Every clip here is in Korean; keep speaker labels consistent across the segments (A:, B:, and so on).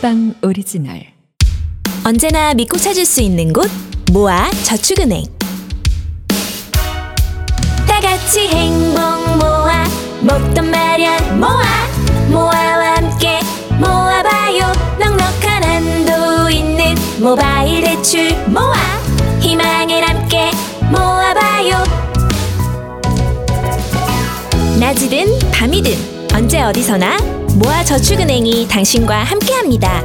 A: 팟빵 오리지널
B: 언제나 믿고 찾을 수 있는 곳 모아 저축은행 다 같이 행복 모아 먹던 마련 모아 모아와 함께 모아봐요 넉넉한 한도 있는 모바일 대출 모아 희망을 함께 모아봐요 낮이든 밤이든 언제 어디서나 모아 저축은행이 당신과 함께합니다.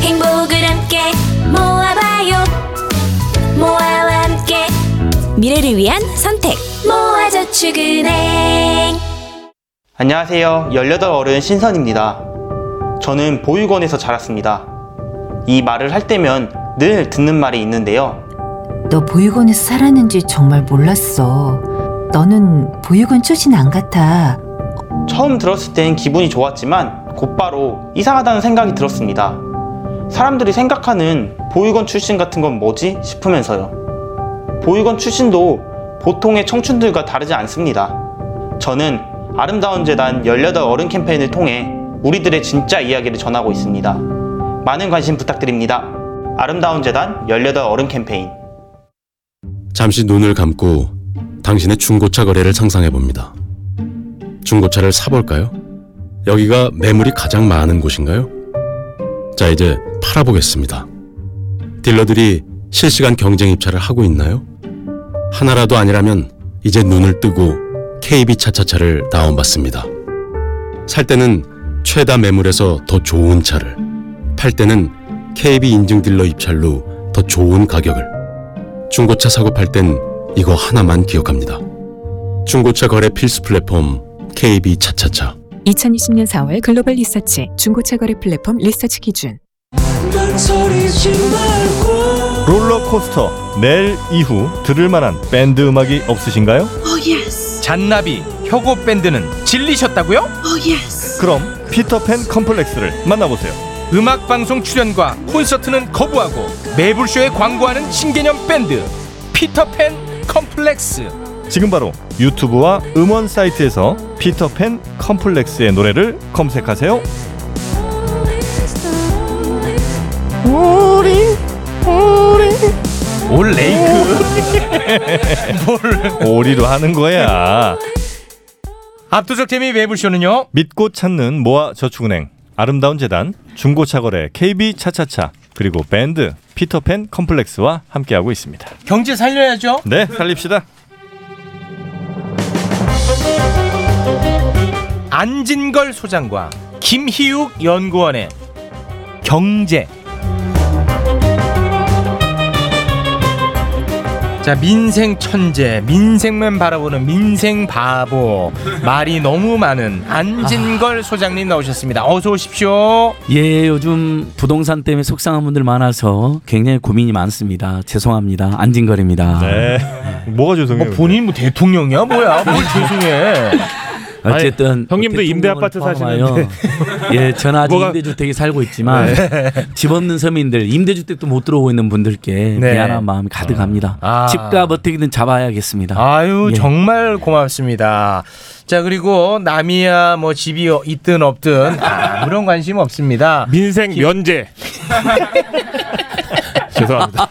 B: 행복을 함께 모아봐요 모아와 함께 미래를 위한 선택 모아저축은행
C: 안녕하세요. 18 어른 신선입니다. 저는 보육원에서 자랐습니다. 이 말을 할 때면 늘 듣는 말이 있는데요.
D: 너 보육원에서 살았는지 정말 몰랐어. 너는 보육원 출신 안 같아.
C: 처음 들었을 땐 기분이 좋았지만 곧바로 이상하다는 생각이 들었습니다. 사람들이 생각하는 보육원 출신 같은 건 뭐지? 싶으면서요. 보육원 출신도 보통의 청춘들과 다르지 않습니다. 저는 아름다운 재단 18 어른 캠페인을 통해 우리들의 진짜 이야기를 전하고 있습니다. 많은 관심 부탁드립니다. 아름다운 재단 18 어른 캠페인
E: 잠시 눈을 감고 당신의 중고차 거래를 상상해 봅니다. 중고차를 사볼까요? 여기가 매물이 가장 많은 곳인가요? 자, 이제 팔아보겠습니다. 딜러들이 실시간 경쟁 입찰을 하고 있나요? 하나라도 아니라면 이제 눈을 뜨고 KB 차차차를 다운받습니다. 살 때는 최다 매물에서 더 좋은 차를, 팔 때는 KB 인증 딜러 입찰로 더 좋은 가격을, 중고차 사고 팔 땐 이거 하나만 기억합니다. 중고차 거래 필수 플랫폼 KB 차차차.
A: 2020년 4월 글로벌 리서치 중고차 거래 플랫폼 리서치 기준
F: 롤러코스터 내일 이후 들을 만한 밴드 음악이 없으신가요?
G: 잔나비, 혁오 밴드는 질리셨다고요?
F: 그럼 피터팬 컴플렉스를 만나보세요.
G: 음악 방송 출연과 콘서트는 거부하고 매불쇼에 광고하는 신개념 밴드 피터팬 컴플렉스.
F: 지금 바로 유튜브와 음원 사이트에서 피터팬 컴플렉스의 노래를 검색하세요.
G: 올레이크.
F: 오리로 하는 거야.
G: 압도적 재미 매불쇼는요.
F: 믿고 찾는 모아 저축은행, 아름다운 재단, 중고차거래 KB 차차차 그리고 밴드 피터팬 컴플렉스와 함께하고 있습니다.
G: 경제 살려야죠.
F: 네, 살립시다.
G: 안진걸 소장과 김희욱 연구원의 경제. 자 민생 천재 민생만 바라보는 민생 바보 말이 너무 많은 안진걸 소장님 나오셨습니다. 어서 오십시오.
H: 예, 요즘 부동산 때문에 속상한 분들 많아서 굉장히 고민이 많습니다. 죄송합니다. 안진걸입니다.
F: 네. 뭐가 죄송해요?
G: 뭐 본인 뭐 대통령이야 뭐야? 뭘 죄송해.
H: 어쨌든
I: 형님도
H: 대통령은
I: 임대 아파트
H: 포함하여
I: 사시는데.
H: 예, 저는 아직
I: 뭐가- 네.
H: 임대주택에 살고 있지만 집 없는 서민들, 임대주택도 못 들어오고 있는 분들께
G: 네.
H: 미안한 마음이 가득합니다.
G: 아.
H: 집값 어떻게든 잡아야겠습니다.
G: 아유
H: 예.
G: 정말 고맙습니다. 자 그리고 남이야 뭐 집이 있든 없든 아무런 관심 없습니다.
I: 민생 면제. 죄송합니다.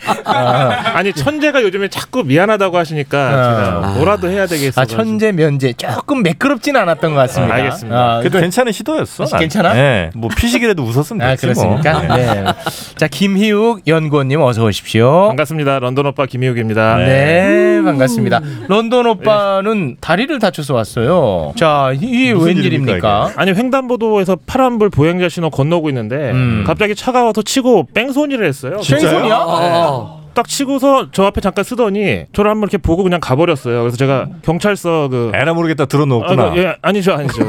I: 아니 천재가 요즘에 자꾸 미안하다고 하시니까
H: 아.
I: 제가 뭐라도 해야 되겠어.
G: 아 천재 면제 조금 매끄럽진 않았던 것 같습니다.
I: 아, 알겠습니다.
G: 아,
F: 그래도 괜찮은 시도였어.
G: 사실
F: 난.
G: 괜찮아?
F: 예. 뭐 피식이라도 웃었으면
G: 아,
F: 됐지
G: 그렇습니까?
F: 뭐. 예.
G: 네. 자 김희욱 연구원님 어서 오십시오.
I: 반갑습니다. 런던 오빠 김희욱입니다.
G: 네 반갑습니다. 런던 오빠는 다리를 다쳐서 왔어요. 자 이게
F: 무슨
G: 네. 웬일입니까?
I: 아니 횡단보도에서 파란불 보행자 신호 건너고 있는데
G: 음.
I: 갑자기 차가 와서 치고 뺑소니를 했어요.
J: 아,
G: 뺑소니야?
I: 딱 치고서 저 앞에 잠깐 쓰더니 저를 한번 이렇게 보고 그냥 가버렸어요. 그래서 제가 경찰서 그
F: 에라 모르겠다
I: 아,
F: 들어놓았구나.
I: 그, 예, 아니죠, 아니죠.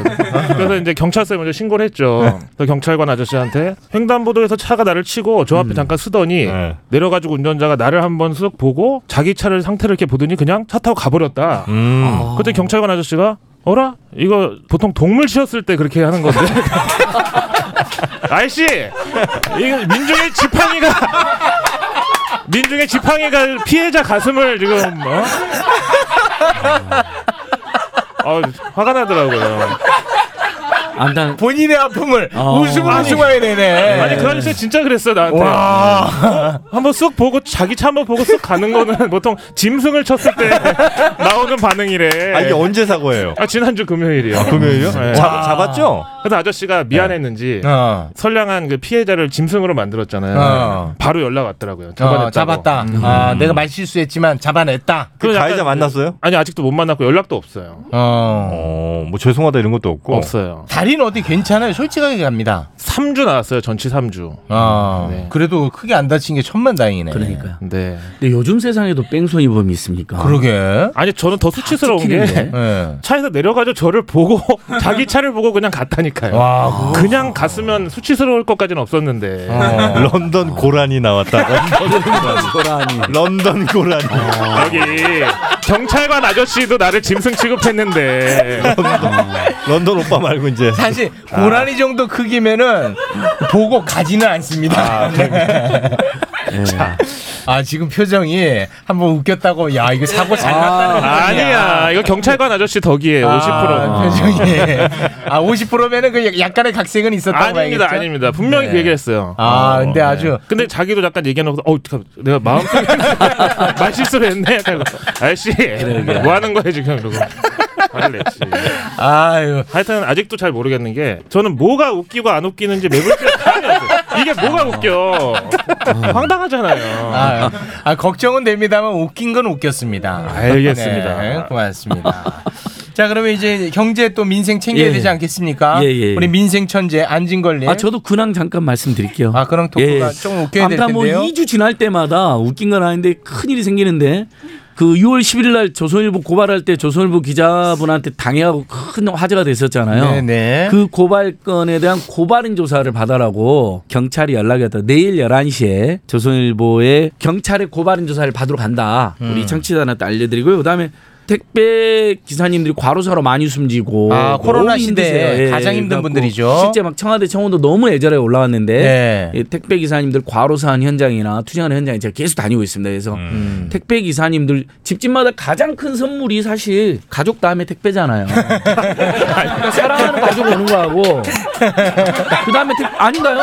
I: 그래서 이제 경찰서에 먼저 신고를 했죠.
F: 네.
I: 그래서 경찰관 아저씨한테 횡단보도에서 차가 나를 치고 저 앞에 잠깐 쓰더니
F: 음. 네.
I: 내려가지고 운전자가 나를 한번 쓱 보고 자기 차를 상태를 이렇게 보더니 그냥 차 타고 가버렸다.
F: 음.
I: 그때 경찰관 아저씨가 어라 이거 보통 동물 치었을 때 그렇게 하는 건데. 아이씨, 이거 민중의 지팡이가 민중의 지팡이가 피해자 가슴을 지금 어? 아, 화가 나더라고요.
H: 안당
G: 본인의 아픔을
H: 어.
G: 웃음으로
H: 아니,
G: 승화해 내네.
I: 아니 그 아저씨 진짜 그랬어 나한테.
G: 와.
I: 한번 쓱 보고 자기 차 한번 보고 쓱 가는 거는 보통 짐승을 쳤을 때 나오는 반응이래.
F: 아, 이게 언제 사고예요?
I: 아, 지난주 금요일이요.
F: 금요일이요?
I: 네.
F: 잡, 잡았죠?
I: 그래서 아저씨가 미안했는지
G: 어.
I: 선량한 그 피해자를 짐승으로 만들었잖아요.
G: 어.
I: 바로 연락 왔더라고요. 잡아냈다고. 음.
G: 어, 잡았다. 아, 내가 말 실수했지만 잡아냈다.
F: 그
I: 그래서
F: 가해자
I: 약간
F: 만났어요?
I: 아니 아직도 못 만났고 연락도 없어요.
G: 어.
F: 어, 뭐 죄송하다 이런 것도 없고.
I: 없어요.
G: 다리는 어디 괜찮아요? 솔직하게 갑니다.
I: 3주 나왔어요. 전치 3주.
G: 어.
I: 네.
G: 그래도 크게 안 다친 게 천만다행이네.
H: 그러니까요.
I: 네.
H: 근데 요즘 세상에도 뺑소니범이 있습니까?
G: 그러게.
I: 아니 저는 더 수치스러운 게
H: 찍히는데?
G: 예.
I: 차에서 내려가지고 저를 보고 자기 차를 보고 그냥 갔다니까요.
G: 와.
I: 그냥 갔으면 수치스러울 것까지는 없었는데.
G: 어.
F: 런던 고란이
J: 아,
F: 나왔다.
H: 고라니.
F: 런던 고란이.
I: 여기 경찰관 아저씨도 나를 짐승 취급했는데
F: 런던 오빠 말고 이제.
G: 사실 고라니 정도 크기면은 보고 가지는 않습니다. 아,
I: 네.
G: 지금 표정이 한번 웃겼다고 야 이거 사고 잘 났다는 거
I: 아니야 이거 경찰관 아, 아저씨 덕이에요 50%는
G: 표정이 아 50%면은 그 약간의 각색은 있었다고
I: 아, 닙니다
G: 봐야겠죠?
I: 아닙니다 분명히
G: 네.
I: 그 얘기했어요 네.
G: 아 근데 아주
I: 근데 자기도 잠깐 얘기해놓고 어 내가 마음속에 아, 말실수를 했네 약간 이러고, 아저씨 뭐 하는 거예요 지금 이러고 화를 냈지
G: 아유
I: 하여튼 아직도 잘 모르겠는 게 저는 뭐가 웃기고 안 웃기는지 매불쇼 감이 안 돼요 이게 뭐가 웃겨 황당하잖아요
G: 아, 아, 걱정은 됩니다만 웃긴 건 웃겼습니다.
I: 알겠습니다.
G: 네, 고맙습니다. 자 그러면 이제 경제 또 민생 챙겨야
H: 예.
G: 되지 않겠습니까?
H: 예, 예, 예.
G: 우리 민생 천재 안진걸님.
H: 아 저도 근황 잠깐 말씀드릴게요.
G: 예? 아, 그럼 토크가 좀 웃겨야 될
H: 아무튼 뭐
G: 텐데요.
H: 2주 지날 때마다 웃긴 건 아닌데 큰 일이 생기는데 그 6월 11일 날 조선일보 고발할 때 조선일보 기자분한테 당해하고 큰 화제가 됐었잖아요.
G: 네네.
H: 그 고발 건에 대한 고발인 조사를 받아라고 경찰이 연락이 왔다. 내일 11시에 조선일보에 경찰의 고발인 조사를 받으러 간다. 우리
G: 음.
H: 청취자한테 알려드리고요. 그다음에 택배 기사님들이 과로사로 많이 숨지고
G: 아,
H: 너무
G: 코로나 시대에
H: 힘드세요. 예,
G: 가장 힘든
H: 그래갖고
G: 분들이죠.
H: 실제 막 청와대 청원도 너무 애절하게 올라왔는데
G: 네.
H: 이 택배 기사님들 과로사한 현장이나 투쟁하는 현장에 제가 계속 다니고 있습니다. 그래서
G: 음.
F: 음.
H: 택배 기사님들 집집마다 가장 큰 선물이 사실 가족 다음에 택배잖아요. 그러니까 사랑하는 가족 오는 거하고 그 다음에 아닌가요?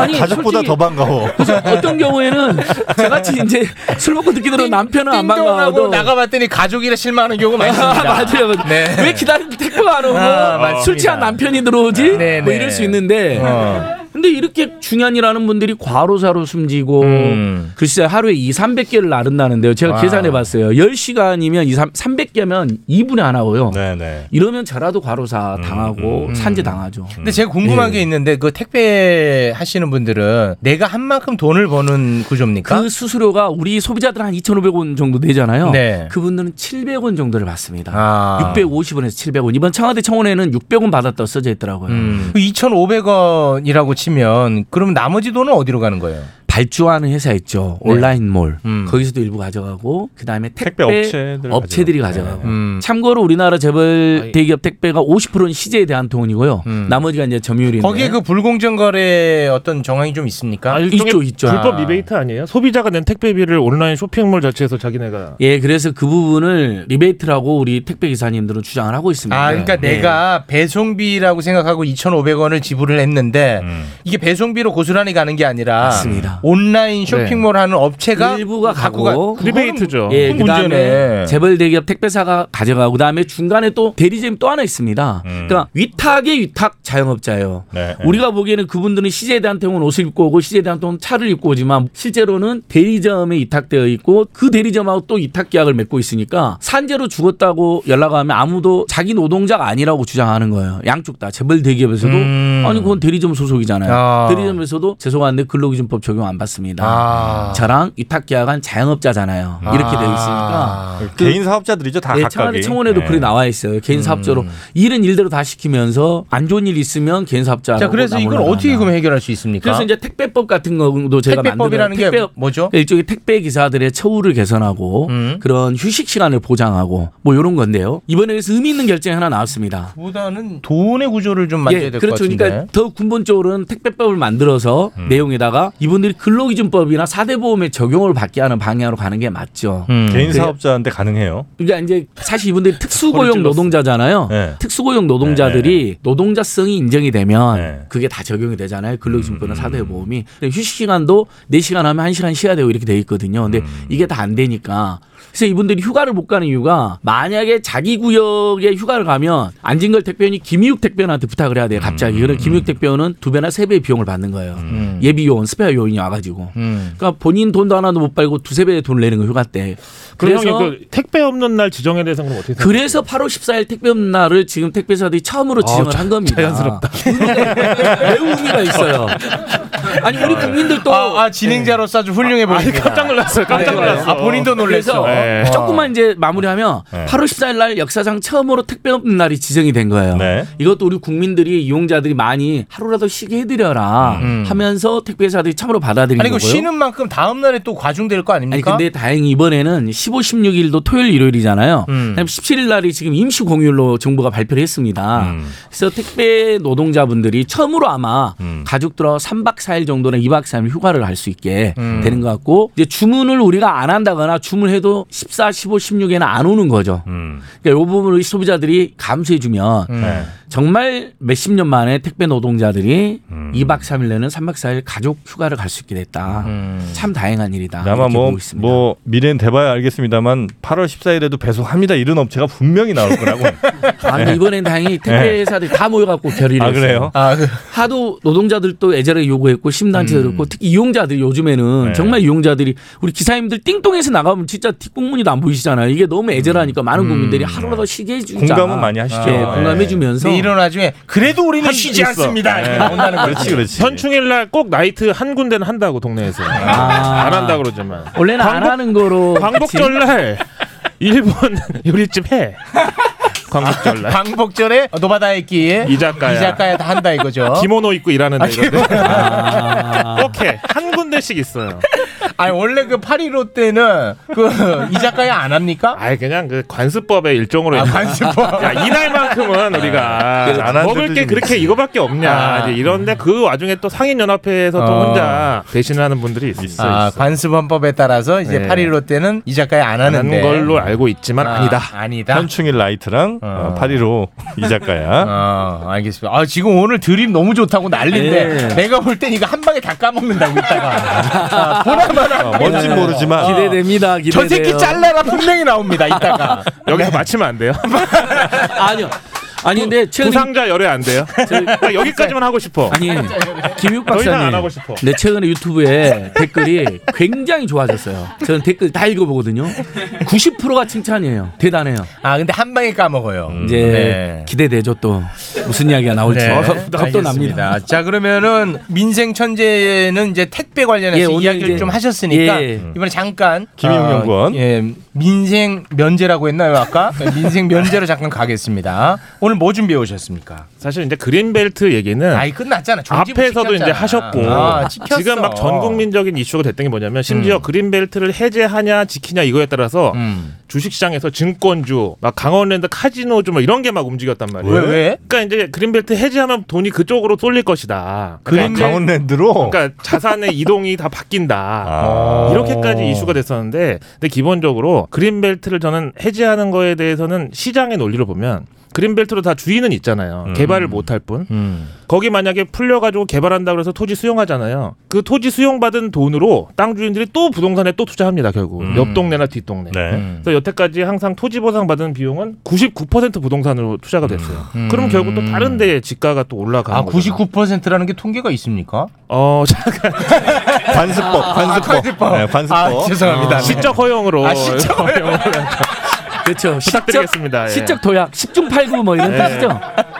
H: 아니
F: 가족보다
H: 솔직히
F: 더 반가워.
H: 그래서 어떤 경우에는 저같이 이제 술 먹고 듣기들은 남편은 안
G: 띵동하고
H: 반가워도
G: 나가봤더니 가족이라 실망하는 경우가
H: 아,
G: 많습니다.
H: 맞아요.
G: 네.
H: 왜 기다리는데 택배가 안 오고 뭐
G: 아, 맞습니다.
H: 술 취한 남편이 들어오지?
G: 네,
H: 뭐
G: 네.
H: 이럴 수 있는데
G: 어.
H: 근데 이렇게 중년이라는 분들이 과로사로 숨지고
G: 음.
H: 글쎄 하루에 2, 300개를 나른다는데요. 제가
G: 와.
H: 계산해 봤어요. 10시간이면 2, 3, 300개면 2분에 하나 오요.
F: 네네.
H: 이러면 저라도
G: 음,
H: 과로사 당하고 산재 당하죠.
G: 근데 제가
H: 음.
G: 궁금한 게 있는데 그 택배 하시는 분들은 내가 한 만큼 돈을 버는 구조입니까?
H: 그 수수료가 우리 소비자들 한 2,500원 정도 내잖아요.
G: 그러니까? 네.
H: 그분들은 700원 정도를 받습니다.
G: 아.
H: 650원에서 700원. 이번 청와대 청원에는 600원 받았다고 써져 있더라고요.
G: 음. 2,500원이라고 치면 그럼 나머지 돈은 어디로 가는 거예요?
H: 발주하는 회사 있죠. 온라인몰.
G: 네. 음.
H: 거기서도 일부 가져가고 그다음에
F: 택배
H: 택배,
F: 업체들 네.
H: 업체들이 가져가고.
G: 음.
H: 참고로 우리나라
G: 아, 예.
H: 재벌 대기업 택배가 50%는 시제에 대한 돈이고요.
G: 음.
H: 나머지가 이제 점유율인데.
G: 거기에 그 불공정 거래 어떤 정황이 좀 있습니까?
I: 아, 일종의
H: 있죠, 있죠.
I: 불법 리베이트 아니에요? 소비자가 낸 택배비를 온라인 쇼핑몰 자체에서 자기네가
H: 예, 그래서 그 부분을 리베이트라고 우리 택배 기사님들은 주장을 하고 있습니다.
G: 아, 그러니까
H: 네.
G: 내가 배송비라고 생각하고 2,500원을 지불을 했는데 이게 배송비로 고스란히 가는 게 아니라
H: 음. 맞습니다. 네.
G: 온라인 쇼핑몰 하는 업체가
H: 일부가
G: 그러니까 갖고
H: 가고
G: 가-
I: 리베이트죠.
H: 예,
G: 그건
H: 그다음에
G: 문제네.
H: 재벌 대기업 택배사가 가져가고 그다음에 중간에 또 대리점이 또 하나 있습니다.
G: 음.
H: 그러니까 위탁의 위탁 자영업자예요.
F: 네, 네.
H: 우리가 보기에는 그분들은 시제에 대한 통은 옷을 입고 오고 시제에 대한 통은 차를 입고 오지만 실제로는 대리점에 위탁되어 있고 그 대리점하고 또 위탁 계약을 맺고 있으니까 산재로 죽었다고 연락하면 아무도 자기 노동자가 아니라고 주장하는 거예요. 양쪽 다 재벌 대기업에서도
G: 음.
H: 아니 그건 대리점 소속이잖아요.
G: 아.
H: 대리점에서도 죄송한데 근로기준법 적용 안 받습니다.
G: 아.
H: 저랑 위탁 계약한 자영업자잖아요. 이렇게 되어 있으니까.
G: 아.
H: 그-
F: 개인 사업자들이죠. 다
H: 네,
F: 각각이.
H: 청와대 청원에도
F: 네.
H: 글이 나와 있어요. 개인 사업자로
G: 음.
H: 일은 일대로 다 시키면서 안 좋은 일 있으면 개인 사업자.
G: 자, 그래서 이걸 어떻게 그럼 해결할 수 있습니까?
H: 그래서 이제 택배법 같은 것도 제가
G: 택배법이라는 게
H: 만들어요. 택배-
G: 뭐죠?
H: 일종의 택배 기사들의 처우를 개선하고
G: 음.
H: 그런 휴식 시간을 보장하고 뭐 이런 건데요. 이번에 그래서 의미 있는 결정이 하나 나왔습니다.
G: 보다는 돈의 구조를 좀 만져야 될 것
H: 그렇죠.
G: 같은데. 음.
H: 그러니까
G: 네.
H: 더 근본적으로는 택배법을 만들어서 내용에다가 이분들이 근로기준법이나 사대보험의 적용을 받게 하는 방향으로 가는 게
G: 음.
H: 맞죠.
F: 개인 사업자한테 가능해요.
H: 그러니까 이제 사실 이분들이 특수고용 노동자잖아요.
F: 네.
H: 특수고용
I: 네,
H: 노동자들이 노동자성이 인정이 되면
F: 네.
H: 그게 다 적용이 되잖아요. 근로기준법이나
I: 음.
H: 사대보험이. 근데 휴식시간도 4시간 하면 1시간 쉬어야 되고 이렇게 돼 있거든요. 근데
I: 음.
H: 이게 다 안 되니까. 그래서 이분들이 휴가를 못 가는 이유가 만약에 자기 구역에 휴가를 가면 안진걸 택배원이 김희욱 택배원한테 부탁을 해야 돼요. 갑자기.
I: 음.
H: 그럼 김희욱 택배원은 두 배나 세 배의 비용을 받는 거예요. 예비 요원, 스페어 요원이 와가지고.
I: 음.
H: 그러니까 본인 돈도 하나도 못 벌고 두세 배의 돈을 내는 거 휴가 때.
I: 그럼 형이 그 택배 없는 날 지정에 대해서 그럼 어떻게 생각해요?
H: 그래서 8월 14일 택배 없는 날을 지금 택배사들이 처음으로 지정을 한 겁니다. 어, 자연스럽다. 매우 의미가 있어요. 아니 우리 국민들도
G: 아, 아, 진행자로서 아주 훌륭해
I: 아니
G: 보입니다.
I: 깜짝 놀랐어요. 깜짝
G: 네, 그래요.
I: 놀랐어.
G: 아, 본인도
H: 그래서
G: 놀랐어.
I: 네.
H: 조금만 이제 마무리하면
F: 네.
H: 8월 14일 날 역사상 처음으로 택배 없는 날이 지정이 된 거예요.
F: 네.
H: 이것도 우리 국민들이 이용자들이 많이 하루라도 쉬게 해드려라 하면서 택배사들이 참으로 음. 받아들인
G: 아니, 그
H: 거고요.
G: 쉬는 만큼 다음날에 또 과중될 거
H: 아니
G: 아닙니까?
H: 근데 다행히 이번에는 15, 16일도 토요일 일요일이잖아요. 그다음 17일 날이 지금 임시 공휴일로 정부가 발표를 했습니다. 그래서 택배 노동자분들이 처음으로 아마 가족들하고 3박 4일 정도나 2박 3일 휴가를 할 수 있게 되는 것 같고 이제 주문을 우리가 안 한다거나 주문해도 14, 15, 16에는 안 오는 거죠.
F: 음.
H: 그러니까 이 부분을 소비자들이 감수해 주면
F: 네.
H: 정말 몇십 년 만에 택배 노동자들이
F: 음.
H: 2박 3일 내는 3박 4일 가족 휴가를 갈 수 있게 됐다. 참 다행한 일이다.
F: 음. 아마
H: 이렇게
F: 뭐,
H: 보고 있습니다.
F: 뭐 미래는 돼봐야 알겠습니다만 8월 14일에도 배송합니다 이런 업체가 분명히 나올 거라고.
H: 아, 근데 이번엔 다행히 택배 회사들이 다 모여갖고 결의를
F: 네. 아
H: 했어요.
F: 그래요?
G: 아, 그,
H: 하도 노동자들도 애절하게 요구했고 심단체도 그렇고 특히 이용자들 요즘에는
F: 음. 네.
H: 정말 이용자들이 우리 기사님들 띵똥에서 나가면 진짜 뒷꽁무니도 안 보이시잖아요. 이게 너무 애절하니까 많은 국민들이 하루라도 쉬게 해주자.
F: 음. 공감은 많이 하시죠.
H: 예,
F: 네.
H: 공감해주면서
G: 근데 이런 와중에 그래도 우리는 쉬지
F: 있어.
G: 않습니다. 이렇게
F: 네.
G: 나온다는 거지.
F: 그렇지 그렇지.
I: 현충일 날 꼭 나이트 한 군데는 한다고 동네에서.
H: 아.
I: 안 한다 그러지만.
H: 원래는 안 하는 거로
I: 광복절 날 일본 요리집 해. 광복절 날.
G: 광복절에 노바다이끼
I: 이자카야.
G: 이자카야 다 한다 이거죠.
H: 어?
I: 기모노 입고 일하는
H: 아,
I: 데 이런데. 오케이. 한 군데씩 있어요.
G: 아니 원래 그 8.15 때는 그 이자카야 안 합니까?
I: 아예 그냥 그 관습법의 일종으로
G: 아,
I: 했는데.
G: 관습법.
I: 야, 이날만큼은 우리가
F: 안 하는
I: 아, 먹을
F: 데도
I: 게
F: 좀
I: 그렇게
F: 있어요.
I: 이거밖에 없냐.
G: 아.
I: 이제 이런데 그 와중에 또 상인연합회에서 또
G: 어.
I: 혼자 대신하는 분들이 있어요.
G: 아, 관습헌법에 따라서 이제
I: 네.
G: 8.15 때는 이자카야 안 하는데.
I: 하는 걸로 알고 있지만
G: 아,
I: 아니다.
G: 아니다.
F: 현충일 라이트랑
G: 어.
F: 어. 8.15 이자카야.
G: 어, 알겠습니다. 아, 지금 오늘 드림 너무 좋다고 난리인데
H: 예.
G: 내가 볼 땐 이거 한 방에 다 까먹는다고 이따가. 아, 보나마나.
F: 어, 뭔진 모르지만
H: 기대됩니다. 기대돼요.
G: 저 새끼 잘라라 분명히 나옵니다. 이따가.
I: 여기서 마치면 안 돼요.
H: 아니요. 아니 근데 최근
I: 부상자 열애 안 돼요. 딱 여기까지만 하고 싶어.
H: 아니 김육
I: 더 이상
H: 박사님
I: 안 하고 싶어.
H: 내 최근에 유튜브에 댓글이 굉장히 좋아졌어요. 저는 댓글 다 읽어보거든요. 90%가 칭찬이에요. 대단해요.
G: 아, 근데 한 방에 까먹어요.
H: 이제
G: 네.
H: 기대되죠 또 무슨 이야기가 나올지
G: 네,
H: 겁도 납니다.
G: 알겠습니다. 자 그러면은 민생 천재는 이제 택배 관련해서
H: 예, 오늘
G: 이야기를
H: 이제-
G: 좀 하셨으니까
H: 예.
G: 이번에 잠깐
F: 김희웅
G: 어,
F: 연구원.
G: 예, 민생 면제라고 했나요 아까 그러니까 민생 면제로 잠깐 가겠습니다. 오늘 뭐 준비해 오셨습니까?
I: 사실 이제 그린벨트 얘기는
G: 아이 끝났잖아. 종지부
I: 앞에서도
G: 찍혔잖아.
I: 이제 하셨고
G: 아, 찍혔어.
I: 지금 막 전 국민적인 이슈가 됐던 게 뭐냐면 심지어 그린벨트를 해제하냐 지키냐 이거에 따라서
G: 음.
I: 주식시장에서 증권주 막 강원랜드 카지노 주뭐 이런 게 막 움직였단 말이에요.
G: 왜 왜?
I: 그러니까 이제 그린벨트 해제하면 돈이 그쪽으로 쏠릴 것이다.
F: 아,
I: 그러니까,
F: 강원랜드로
I: 그러니까 자산의 이동이 다 바뀐다.
F: 아.
I: 이렇게까지 이슈가 됐었는데 근데 기본적으로 그린벨트를 저는 해제하는 거에 대해서는 시장의 논리로 보면 그린벨트로 다 주인은 있잖아요. 개발을 못할 뿐.
G: 음.
I: 거기 만약에 풀려가지고 개발한다 그래서 토지 수용하잖아요. 그 토지 수용받은 돈으로 땅 주인들이 또 부동산에 또 투자합니다. 결국
G: 음.
I: 옆 동네나 뒷 동네. 음.
F: 네.
I: 그래서 여태까지 항상 토지 보상 받은 비용은 99% 부동산으로 투자가 됐어요.
G: 음.
I: 그럼 결국 또 다른 데에 지가가 또 올라가는
G: 아,
I: 거죠.
G: 99%라는 게 통계가 있습니까?
I: 어, 자, 아,
F: 관습법 관습법
I: 어,
F: 네,
G: 아,
F: 관습법
G: 죄송합니다.
I: 시적 허용으로
G: 아, 시적
H: 그렇죠.
I: 부탁드리겠습니다. 예. 네.
H: 시적 도약 10중 8구 뭐 이런 뜻이죠.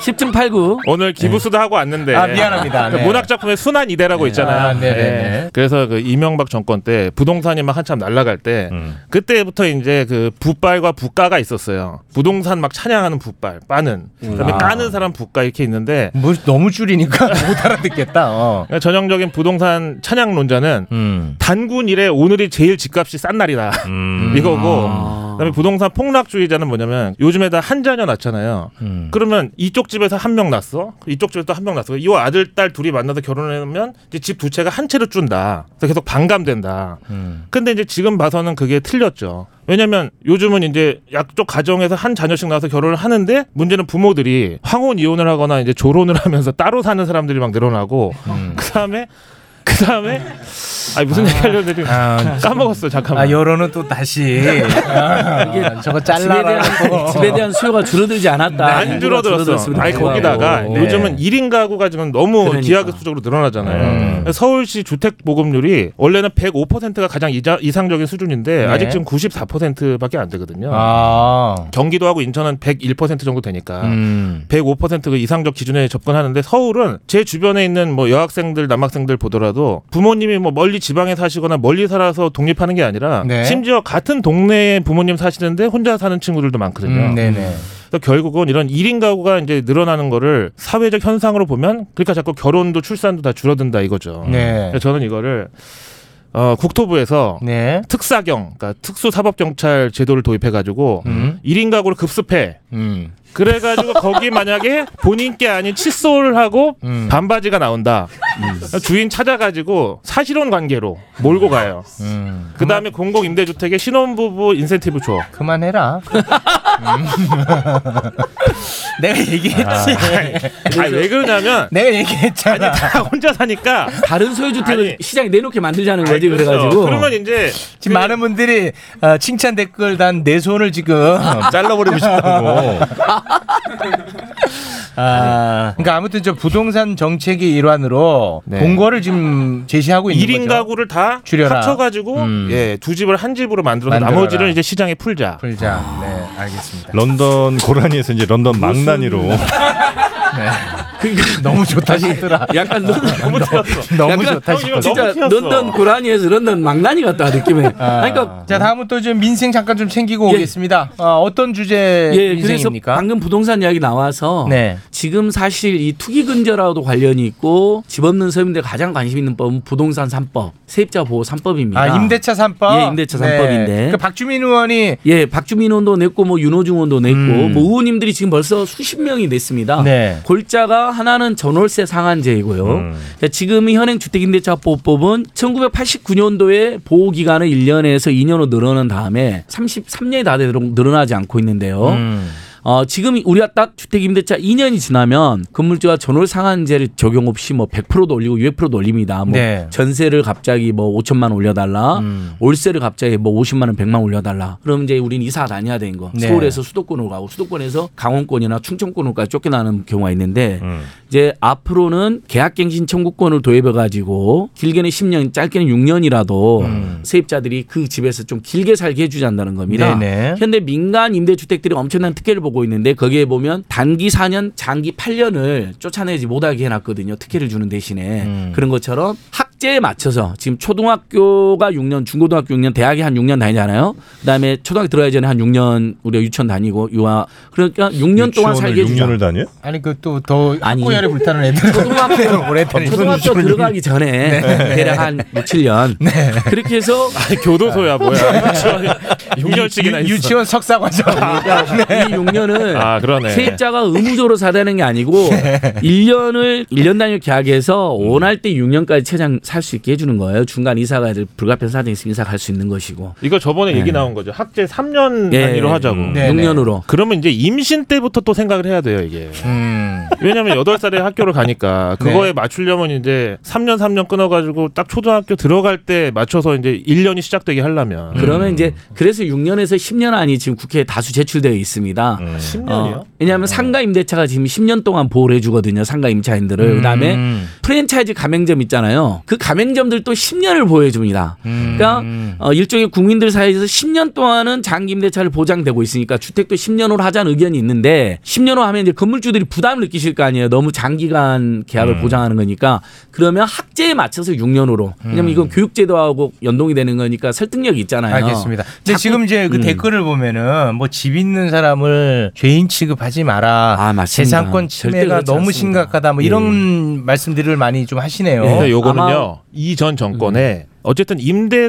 H: 10중 8구.
I: 오늘 기부수도 하고 왔는데
G: 아, 미안합니다.
I: 그
G: 네.
I: 문학 작품의 순환 이대라고 있잖아요.
G: 아, 네네네.
I: 예. 그래서 그 이명박 정권 때 부동산이 막 한참 날아갈
G: 네.
I: 때
F: 음.
I: 그때부터 이제 그 부빨과 부가가 있었어요. 부동산 막 찬양하는 부빨, 빠는 그다음에
H: 아,
I: 까는 사람 부가 이렇게 있는데
G: 뭐 너무 줄이니까 못 알아듣겠다. 어.
I: 그러니까 전형적인 부동산 찬양론자는
G: 음.
I: 단군 이래 오늘이 제일 집값이 싼 날이다 이거고 그다음에 부동산 폭락주의자는 뭐냐면 요즘에다 한 자녀 낳잖아요.
G: 음.
I: 그러면 이쪽 집에서 한 명 낳았어. 이쪽 집에서 또 한 명 낳았어. 이 아들 딸 둘이 만나서 결혼하면 이제 집 두 채가 한 채로 준다. 그래서 계속 반감된다.
G: 음.
I: 근데 이제 지금 봐서는 그게 틀렸죠. 왜냐면 요즘은 이제 약쪽 가정에서 한 자녀씩 낳아서 결혼을 하는데 문제는 부모들이 황혼 이혼을 하거나 이제 조론을 하면서 따로 사는 사람들이 막 늘어나고 그다음에 그다음에 아 무슨 얘기 하려는데 지금
G: 아,
I: 까먹었어 잠깐만.
G: 아 요런은 또 다시 아, 저거
H: 집에 대한,
G: 잘라라고
H: 집에 대한 수요가 줄어들지 않았다.
I: 안 줄어들었어.
H: 아, 네. 줄어들었음에도
I: 아니
H: 불구하고.
I: 거기다가
G: 네.
I: 요즘은 1인 가구가 지금 너무
H: 그러니까.
I: 기하급수적으로 늘어나잖아요.
G: 음.
I: 서울시 주택 보급률이 원래는 105%가 가장 이자, 이상적인 수준인데
G: 네.
I: 아직 지금 94%밖에 안 되거든요.
G: 아
I: 경기도하고 인천은 101% 정도 되니까
G: 음.
I: 105%그 이상적 기준에 접근하는데 서울은 제 주변에 있는 뭐 여학생들 남학생들 보더라도 부모님이 뭐 멀리 지방에 사시거나 멀리 살아서 독립하는 게 아니라
G: 네.
I: 심지어 같은 동네에 부모님 사시는데 혼자 사는 친구들도 많거든요.
G: 음, 네네
I: 그래서 결국은 이런 1인 가구가 이제 늘어나는 거를 사회적 현상으로 보면 그러니까 자꾸 결혼도 출산도 다 줄어든다 이거죠.
G: 네.
I: 음. 그래서 저는 이거를 어, 국토부에서
G: 네.
I: 특사경, 그러니까 특수사법경찰 제도를 도입해가지고
G: 음.
I: 1인 가구를 급습해.
G: 음.
I: 그래가지고 거기 만약에 본인 게 아닌 칫솔을 하고
G: 음.
I: 반바지가 나온다.
F: 음.
I: 주인 찾아가지고 사실혼 관계로 몰고 가요.
G: 음.
I: 그 다음에 공공임대주택에 신혼부부 인센티브 줘.
G: 그만해라. 내가 얘기했지.
I: 아, 아니, 왜 그러냐면
G: 내가 얘기했잖아.
F: 네.
I: 다 혼자 사니까
H: 아, 다른 소유주택을
I: 아니.
H: 시장에 내놓게 만들자는 거지
I: 그렇죠.
H: 그래가지고
I: 그러면 이제
G: 지금 많은 분들이 어, 칭찬 댓글 단 내 손을 지금
I: 아,
F: 어, 잘라버리고 싶다고.
G: 아, 그러니까 아무튼 저 부동산 정책의 일환으로
I: 네.
G: 공고를 지금 제시하고 있는
I: 1인
G: 거죠.
I: 가구를 다
G: 줄여라.
I: 합쳐가지고
G: 음.
I: 예, 두 집을 한 집으로 만들어서
G: 만들어라.
I: 나머지를 이제 시장에 풀자.
G: 풀자. 네, 알겠습니다.
F: 런던 고라니에서 이제 런던 망나니로
G: 너무 좋다 싶더라.
H: 그러니까 약간 런-
I: 아, 너무 틀렸어.
G: 너무
H: 약간
G: 좋다
I: 형이
G: 싶더라.
I: 너무
H: 진짜
I: 튀었어.
H: 런던 고라니에서 런던 망나니 같다 느낌에. 아니, 그러니까
G: 자 다음은 또 좀 민생 잠깐 좀 챙기고
H: 예.
G: 오겠습니다. 아, 어떤 주제
H: 예, 그래서
G: 민생입니까?
H: 방금 부동산 이야기 나와서
G: 네.
H: 지금 사실 이 투기 근절하고도 관련이 있고 집 없는 서민들 가장 관심 있는 법은 부동산 3법, 세입자 보호 3법입니다.
G: 아 임대차 3법.
H: 예, 임대차 삼법인데.
G: 그 박주민 의원이
H: 예, 박주민 의원도 냈고 뭐 윤호중 의원도 냈고
G: 음.
H: 뭐 의원님들이 지금 벌써 수십 명이 냈습니다.
G: 네. 음.
H: 골자가 하나는 전월세 상한제이고요. 자, 지금 현행 주택임대차보호법은 1989년도에 보호 기간을 1년에서 2년으로 늘어난 다음에 33년이 다 되도록 늘어나지 않고 있는데요.
G: 음.
H: 어, 지금 우리가 딱 주택임대차 2년이 지나면 건물주가 전월 상한제를 적용 없이 뭐 100%도 올리고 200%도 올립니다. 뭐
G: 네. 음.
H: 전세를 갑자기 뭐 5천만 원 올려달라, 월세를 갑자기 뭐 50만 원, 100만 원 올려달라. 그럼 이제 우린 이사 다녀야 되는 거.
G: 네.
H: 서울에서 수도권으로 가고 수도권에서 강원권이나 충청권으로까지 쫓겨나는 경우가 있는데
G: 음.
H: 이제 앞으로는 계약갱신 청구권을 도입해 가지고 길게는 10년, 짧게는 6년이라도
F: 음.
H: 세입자들이 그 집에서 좀 길게 살게 해주자는 겁니다.
G: 네네.
H: 현대 민간 임대주택들이 엄청난 특혜를 보고 있는데 거기에 보면 단기 4년, 장기 8년을 쫓아내지 못하게 해놨거든요. 특혜를 주는 대신에
F: 음.
H: 그런 것처럼 학제에 맞춰서 지금 초등학교가 6년, 중고등학교 6년, 대학이 한 6년 다니잖아요. 그다음에 초등학교 들어가기 전에 한 6년 우리가 유치원 다니고 유아 그러니까 6년 동안 살게 해주자.
F: 6년을 다녀?
G: 아니 그 또더
H: 아니.
G: 학고열에 불타는 애들
H: 아, 초등학교
G: 오래 다니는
H: 초등학교 들어가기 전에 대략 한 6, 7년 그렇게 해서
I: 네.
H: 네.
I: 아니, 교도소야 뭐야. 유치원이 6년씩이나
G: 유-
I: 있어.
G: 유치원 석사과정.
H: 이 6년은
I: 아 그러네. 네.
H: 세입자가 의무적으로 사다는 게 아니고 1년을 1년 단위로 계약해서 원할 때 6년까지 최장 살 수 있게 해주는 거예요. 중간 이사 가야 될 불가피한 사정이 있으면 이사 갈 수 있는 것이고
I: 이거 저번에 얘기 나온 거죠. 학제 3년
H: 예.
I: 단위로 하자고.
F: 음.
G: 네네.
H: 6년으로
I: 그러면 이제 임신 때부터 또 생각을 해야 돼요 이게.
G: 음. 네.
I: 왜냐면 8살에 학교를 가니까 아, 그거에 맞추려면 이제 3년 3년 끊어가지고 딱 초등학교 들어갈 때 맞춰서 이제 1년이 시작되게 하려면
H: 그러면 이제 그래서 6년에서 10년 안이 지금 국회에 다수 제출되어 있습니다. 어,
F: 음.
I: 10년이요?
H: 왜냐하면 상가 임대차가 지금 10년 동안 보호를 해주거든요. 상가 임차인들을 그다음에
G: 음.
H: 프랜차이즈 가맹점 있잖아요. 그 가맹점들 또 10년을 보호해줍니다. 그러니까
G: 음.
H: 어, 일종의 국민들 사이에서 10년 동안은 장기 임대차를 보장되고 있으니까 주택도 10년으로 하자는 의견이 있는데 10년으로 하면 이제 건물주들이 부담을 느끼실 거 아니에요. 너무 장기간 계약을
G: 음.
H: 보장하는 거니까 그러면 학제에 맞춰서 6년으로. 왜냐면 이건 교육제도하고 연동이 되는 거니까 설득력이 있잖아요.
G: 음. 알겠습니다. 근데
H: 자꾸-
G: 지금 이제 그
H: 음.
G: 댓글을 보면은 뭐 집 있는 사람을 죄인 취급하지 마라.
H: 아, 맞습니다.
G: 재산권
H: 절대
G: 침해가
H: 그렇지
G: 너무
H: 않습니다.
G: 심각하다. 뭐 이런 말씀들을 많이 좀 하시네요.
H: 예.
I: 근데 요거는요
H: 아마-
I: 이전 정권에 어쨌든 임대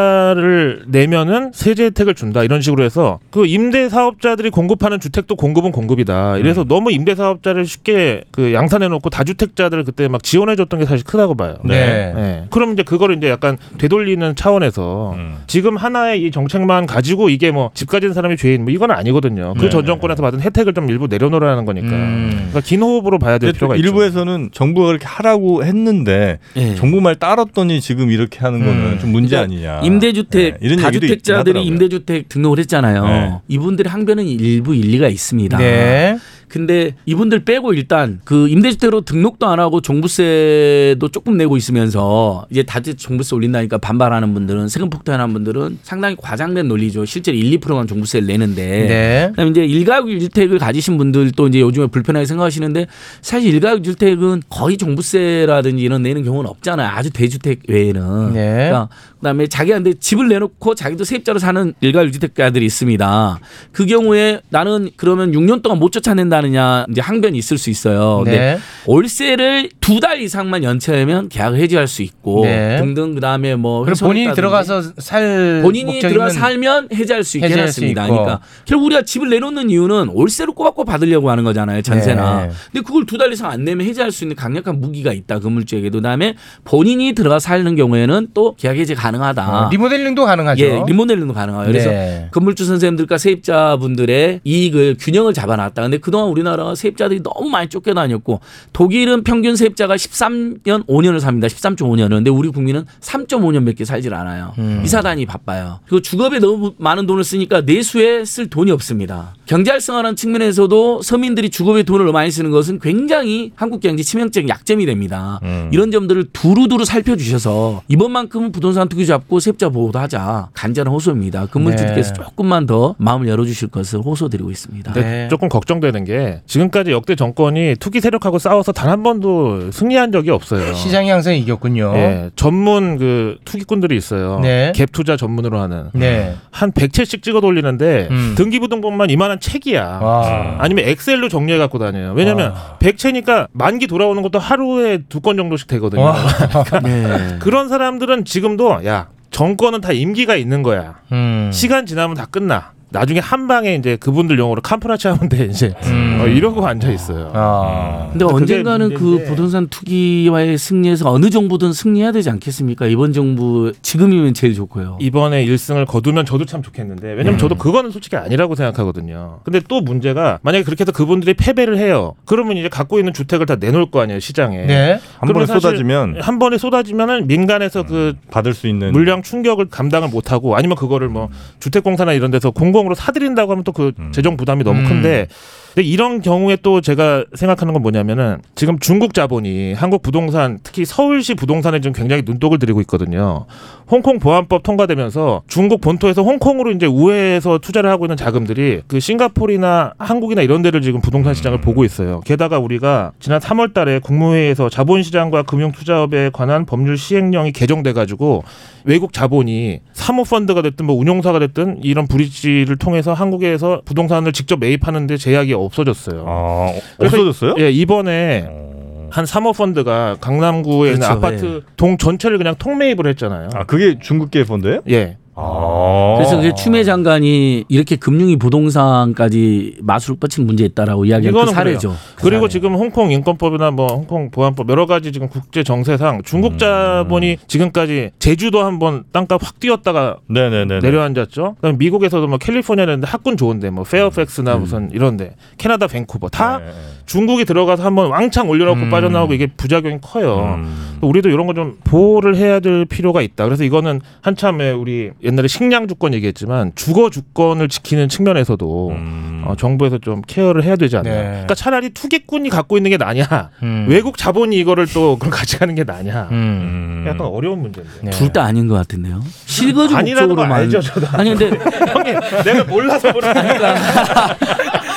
I: 사업자를 내면은 세제 혜택을 준다 이런 식으로 해서 그 임대 사업자들이 공급하는 주택도 공급은 공급이다. 이래서 너무 임대 사업자를 쉽게 그 양산해 놓고 다주택자들을 그때 막 지원해 줬던 게 사실 크다고 봐요.
G: 네.
I: 예. 그럼 이제 그거를 이제 약간 되돌리는 차원에서
F: 음.
I: 지금 하나의 이 정책만 가지고 이게 뭐 집 가진 사람이 죄인 뭐 이건 아니거든요. 그
H: 음.
F: 네,
I: 전
F: 네,
I: 정권에서 받은 혜택을 좀 일부 내려놓으라는 거니까.
G: 음.
I: 그러니까 긴 호흡으로 봐야 될
F: 근데 또
I: 필요가 있죠.
F: 일부에서는 정부가 그렇게 하라고 했는데
H: 예.
F: 정부 말 따랐더니 지금 이렇게 하는 거는
G: 음.
F: 좀 문제
H: 그러니까
F: 아니냐.
H: 임대주택
F: 네, 이런 얘기도 있긴
H: 다주택자들이
F: 하더라고요.
H: 임대주택 등록을 했잖아요.
F: 네.
H: 이분들의 항변은 일부 일리가 있습니다. 아,
G: 네.
H: 근데 이분들 빼고 일단 그 임대주택으로 등록도 안 하고 종부세도 조금 내고 있으면서 이제 다주 종부세 올린다니까 반발하는 분들은 세금 폭탄하는 분들은 상당히 과장된 논리죠. 실제로 1, 2%만 종부세를 내는데
G: 네.
H: 그다음에 이제 일가구 주택을 가지신 분들도 이제 요즘에 불편하게 생각하시는데 사실 일가구 주택은 거의 종부세라든지 이런 내는 경우는 없잖아요. 아주 대주택 외에는.
G: 네.
H: 그러니까 그다음에 자기한테 집을 내놓고 자기도 세입자로 사는 일가구 주택자들이 있습니다. 그 경우에 나는 그러면 6년 동안 못 쫓아낸다느냐 이제 항변이 있을 수 있어요. 근데
G: 네.
H: 월세를 두 달 이상만 연체하면 계약을 해지할 수 있고
G: 네.
H: 등등 그다음에 뭐
G: 그럼 본인이
H: 훼손했다든지
G: 들어가서 살
H: 본인이
G: 목적이면-
H: 들어가 살면 해제할 수 있게
G: 그 해제할 수
H: 해놨습니다.
G: 있고.
H: 그러니까 결국 우리가 집을 내놓는 이유는 월세로 꼬박꼬박 받으려고 하는 거잖아요. 전세나.
G: 네.
H: 근데 그걸 두 달 이상 안 내면 해제할 수 있는 강력한 무기가 있다. 건물주에게도. 그다음에 본인이 들어가 사는 경우에는 또 계약 해제 가능하다.
G: 어, 리모델링도 가능하죠.
H: 예, 리모델링도 가능해요. 그래서
G: 네.
H: 건물주 선생님들과 세입자분들의 이익을 균형을 잡아놨다. 근데 그동안 우리나라 세입자들이 너무 많이 쫓겨다녔고 독일은 평균 세입자가 13년 5년을 삽니다. 13.5년을. 근데 우리 국민은 3.5년밖에 살질 않아요. 이사단이 바빠요. 그리고 주거비에 너무 많은 돈을 쓰니까 내수에 쓸 돈이 없습니다. 경제 활성화라는 측면에서도 서민들이 주거비에 돈을 너무 많이 쓰는 것은 굉장히 한국 경제 치명적인 약점이 됩니다. 이런 점들을 두루두루 살펴주셔서 이번만큼은 부동산 투기 잡고 세입자 보호도 하자 간절한 호소입니다. 그 건물주들께서
G: 네.
H: 조금만 더 마음을 열어주실 것을 호소드리고 있습니다.
G: 네.
I: 조금 걱정되는 게 지금까지 역대 정권이 투기 세력하고 싸워서 단 한 번도 승리한 적이 없어요.
G: 시장이 항상 이겼군요.
I: 예, 전문 그 투기꾼들이 있어요.
G: 어? 네.
I: 갭 투자 전문으로 하는
G: 네.
I: 한 100채씩 찍어 돌리는데
G: 음.
I: 등기부등본만 이만한 책이야.
G: 와.
I: 아니면 엑셀로 정리해 갖고 다녀요. 왜냐면
G: 와.
I: 100채니까 만기 돌아오는 것도 하루에 두 건 정도씩 되거든요. 그러니까
G: 와.
H: 네.
I: 그런 사람들은 지금도 야 정권은 다 임기가 있는 거야.
G: 음.
I: 시간 지나면 다 끝나. 나중에 한 방에 이제 그분들 용어로 캄프라치 하면 돼 이제
G: 음.
I: 어, 이러고 앉아 있어요. 그러니까
G: 아.
H: 근데
I: 그게
H: 언젠가는 그
I: 문제인데.
H: 부동산 투기와의 승리에서 어느 정부든 승리해야 되지 않겠습니까? 이번 정부 지금이면 제일 좋고요.
I: 이번에 1승을 거두면 저도 참 좋겠는데 왜냐면
F: 음.
I: 저도 그거는 솔직히 아니라고 생각하거든요. 근데 또 문제가 만약에 그렇게 해서 그분들이 패배를 해요. 그러면 이제 갖고 있는 주택을 다 내놓을 거 아니에요 시장에.
G: 네.
F: 한 번에
I: 그러면 사실
F: 쏟아지면 음. 네.
I: 한 번에 쏟아지면은 민간에서 그
F: 받을 수 있는
I: 물량 충격을 감당을 못하고 아니면 그거를 뭐 주택공사나 이런 데서 공공으로 사들인다고 하면 또 그
F: 음.
I: 재정 부담이 너무
G: 음.
I: 큰데 근데 이런 경우에 또 제가 생각하는 건 뭐냐면은 지금 중국 자본이 한국 부동산 특히 서울시 부동산에 지금 굉장히 눈독을 들이고 있거든요. 홍콩 보안법 통과되면서 중국 본토에서 홍콩으로 이제 우회해서 투자를 하고 있는 자금들이 그 싱가포르나 한국이나 이런 데를 지금 부동산 시장을
F: 음.
I: 보고 있어요. 게다가 우리가 지난 3월 달에 국무회의에서 자본시장과 금융투자업에 관한 법률 시행령이 개정돼 가지고 외국 자본이 사모펀드가 됐든 뭐 운용사가 됐든 이런 브릿지를 통해서 한국에서 부동산을 직접 매입하는데 제약이 없어졌어요.
F: 아,
I: 그래서-
F: 없어졌어요?
I: 예, 이번에
F: 어.
I: 한 사모펀드가 강남구에 있는
H: 그렇죠,
I: 아파트
F: 예.
I: 동 전체를 그냥 통매입을 했잖아요.
F: 아, 그게 중국계 펀드예요?
I: 예.
F: 아.
H: 그래서 그게 추미애 장관이 이렇게 금융이 부동산까지 마술을 뻗친 문제 있다라고 이야기한 그
I: 이거는 그래요.
H: 사례죠. 그
I: 그리고
H: 사례.
I: 지금 홍콩 인권법이나 뭐 홍콩 보안법 여러 가지 지금 국제 정세상 중국 자본이
H: 음.
I: 지금까지 제주도 한번 땅값 확 뛰었다가
F: 네네네.
I: 내려앉았죠. 그다음 미국에서도 뭐 캘리포니아라는데 학군 좋은데 뭐 페어팩스나
F: 음.
H: 음.
I: 무슨 이런데 캐나다 밴쿠버 다
H: 네,
I: 중국이 들어가서 한번 왕창 올려놓고
G: 음.
I: 빠져나오고 이게 부작용이 커요.
H: 음.
I: 또 우리도 이런 거 좀 보호를 해야 될 필요가 있다. 그래서 이거는 한참에 우리 옛날에 식량 주권 얘기했지만 주거 주권을 지키는 측면에서도
H: 음.
I: 어, 정부에서 좀 케어를 해야 되지 않나.
G: 네.
I: 그러니까 차라리 투기꾼이 갖고 있는 게 나냐,
G: 음.
I: 외국 자본이 이거를 또 그걸 가져가는 게 나냐.
G: 음.
I: 약간 어려운 문제인데.
G: 네.
H: 둘 다 아닌 것 같은데요. 실거주
I: 아니라는 걸
H: 목적으로만
I: 알죠, 저도.
H: 아니 근데
I: 내가 몰라서 그러는 거야.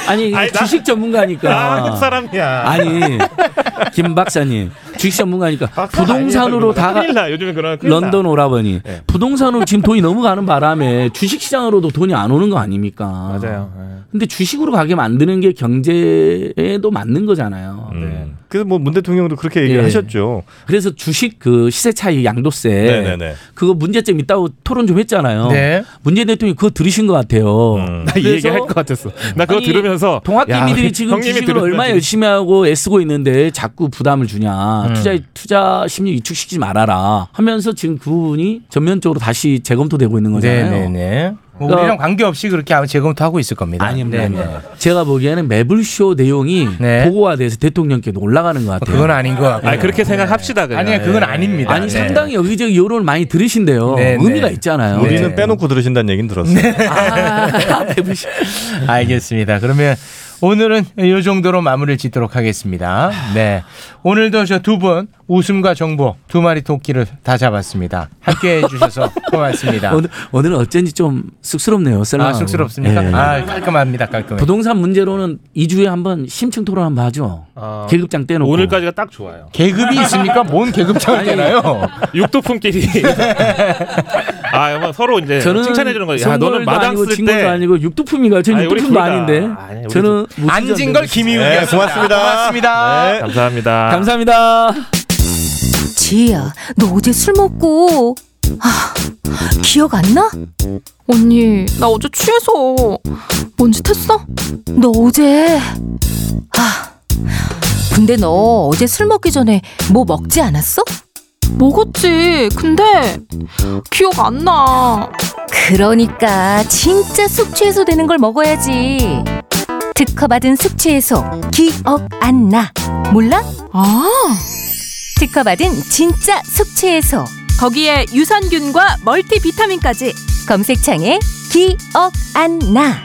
H: 아니 이게
I: 아니, 나-
H: 주식
I: 나 한국
H: 전문가니까
I: 사람이야.
H: 아. 아니 김 박사님 주식 전문가니까 부동산으로 다
I: 큰일 나. 요즘에 그런 큰일
H: 런던 오라버니 부동산으로 지금 돈이 너무 가는 바람에 주식 시장으로도 돈이 안 오는 거 아닙니까?
I: 나. 맞아요. 예.
G: 음.
H: 근데 주식으로 가게 만드는 게 경제에도 맞는 거잖아요.
F: 네.
K: 그래서 뭐 문 대통령도 그렇게 얘기를
H: 예.
K: 하셨죠.
H: 그래서 주식 그 시세 차이 양도세
K: 네네네.
H: 그거 문제점 있다고 토론 좀 했잖아요.
G: 네.
H: 문재인 대통령이 그거 들으신 것 같아요.
K: 음.
I: 나 이
H: 어. 그래서- 음.
I: 얘기 할 것 같았어. 나 그거
H: 아니,
I: 들으면서
H: 동학개미들이
I: 야,
H: 지금
I: 형님이
H: 주식을
I: 들으면
H: 얼마나 열심히 하고 애쓰고 있는데 자꾸 부담을 주냐.
G: 음.
H: 투자 투자 심리 위축시키지 말아라 하면서 지금 그 부분이 전면적으로 다시 재검토되고 있는 거잖아요.
G: 네네네. 뭐
H: 그러니까-
G: 우리랑 관계없이 그렇게 아마 재검토하고 있을 겁니다.
H: 아닙니다.
G: 네.
H: 아닙니다. 제가 보기에는 매블쇼 내용이
G: 네.
H: 보고가 돼서 대통령께도 올라가는 것 같아요.
G: 뭐 그건 아닌 것 같고. 네.
I: 아니 그렇게 생각합시다 그냥.
G: 아니야, 그건 아닙니다.
H: 아니
G: 네.
H: 상당히 여기저기 여론을 많이 들으신데요.
G: 네, 네.
H: 의미가 있잖아요.
G: 네.
K: 우리는 빼놓고 들으신다는 얘기는 들었어요.
I: 네.
H: 아, 매블쇼.
G: 알겠습니다. 그러면 오늘은 이 정도로 마무리를 짓도록 하겠습니다. 네. 오늘도 저 두 분 웃음과 정보 두 마리 토끼를 다 잡았습니다. 함께 해주셔서
I: 아.
G: 고맙습니다.
H: 오늘 오늘은 어쩐지 좀 쑥스럽네요.
G: 아,
H: 썰렁하고.
G: 쑥스럽습니까?
H: 예.
G: 아, 깔끔합니다. 깔끔해.
H: 부동산 문제로는 2주에 한번 심층 토론 한번 하죠.
I: 어,
H: 계급장 떼놓고
I: 오늘까지가 딱 좋아요.
G: 계급이 있습니까? 뭔 계급장을 되나요?
I: 육두품끼리. 아 아마 서로 이제
H: 저는
I: 칭찬해 주는 거야. 야
H: 성골도
I: 너는 마당
H: 아니고
I: 쓸
H: 친구도
I: 때.
H: 아니고 육두품인가요? 저는
I: 아니, 우리
H: 육두품도
I: 둘 다.
H: 아닌데
I: 아니, 우리
H: 저는
G: 앉은 걸 김희웅이었습니다. 네, 고맙습니다.
I: 네, 감사합니다.
H: 감사합니다.
L: 지혜야, 너 어제 술 먹고 아, 기억 안 나? 언니, 나 어제 취해서 뭔짓 했어? 너 어제 아, 근데 너 어제 술 먹기 전에 뭐 먹지 않았어? 먹었지. 뭐 근데 기억 안 나. 그러니까 진짜 숙취해소 되는 걸 먹어야지. 특허받은 숙취해소 기억 안 나. 몰라? 아. 특허받은 진짜 숙취해소 거기에 유산균과 멀티비타민까지 검색창에 기억 안나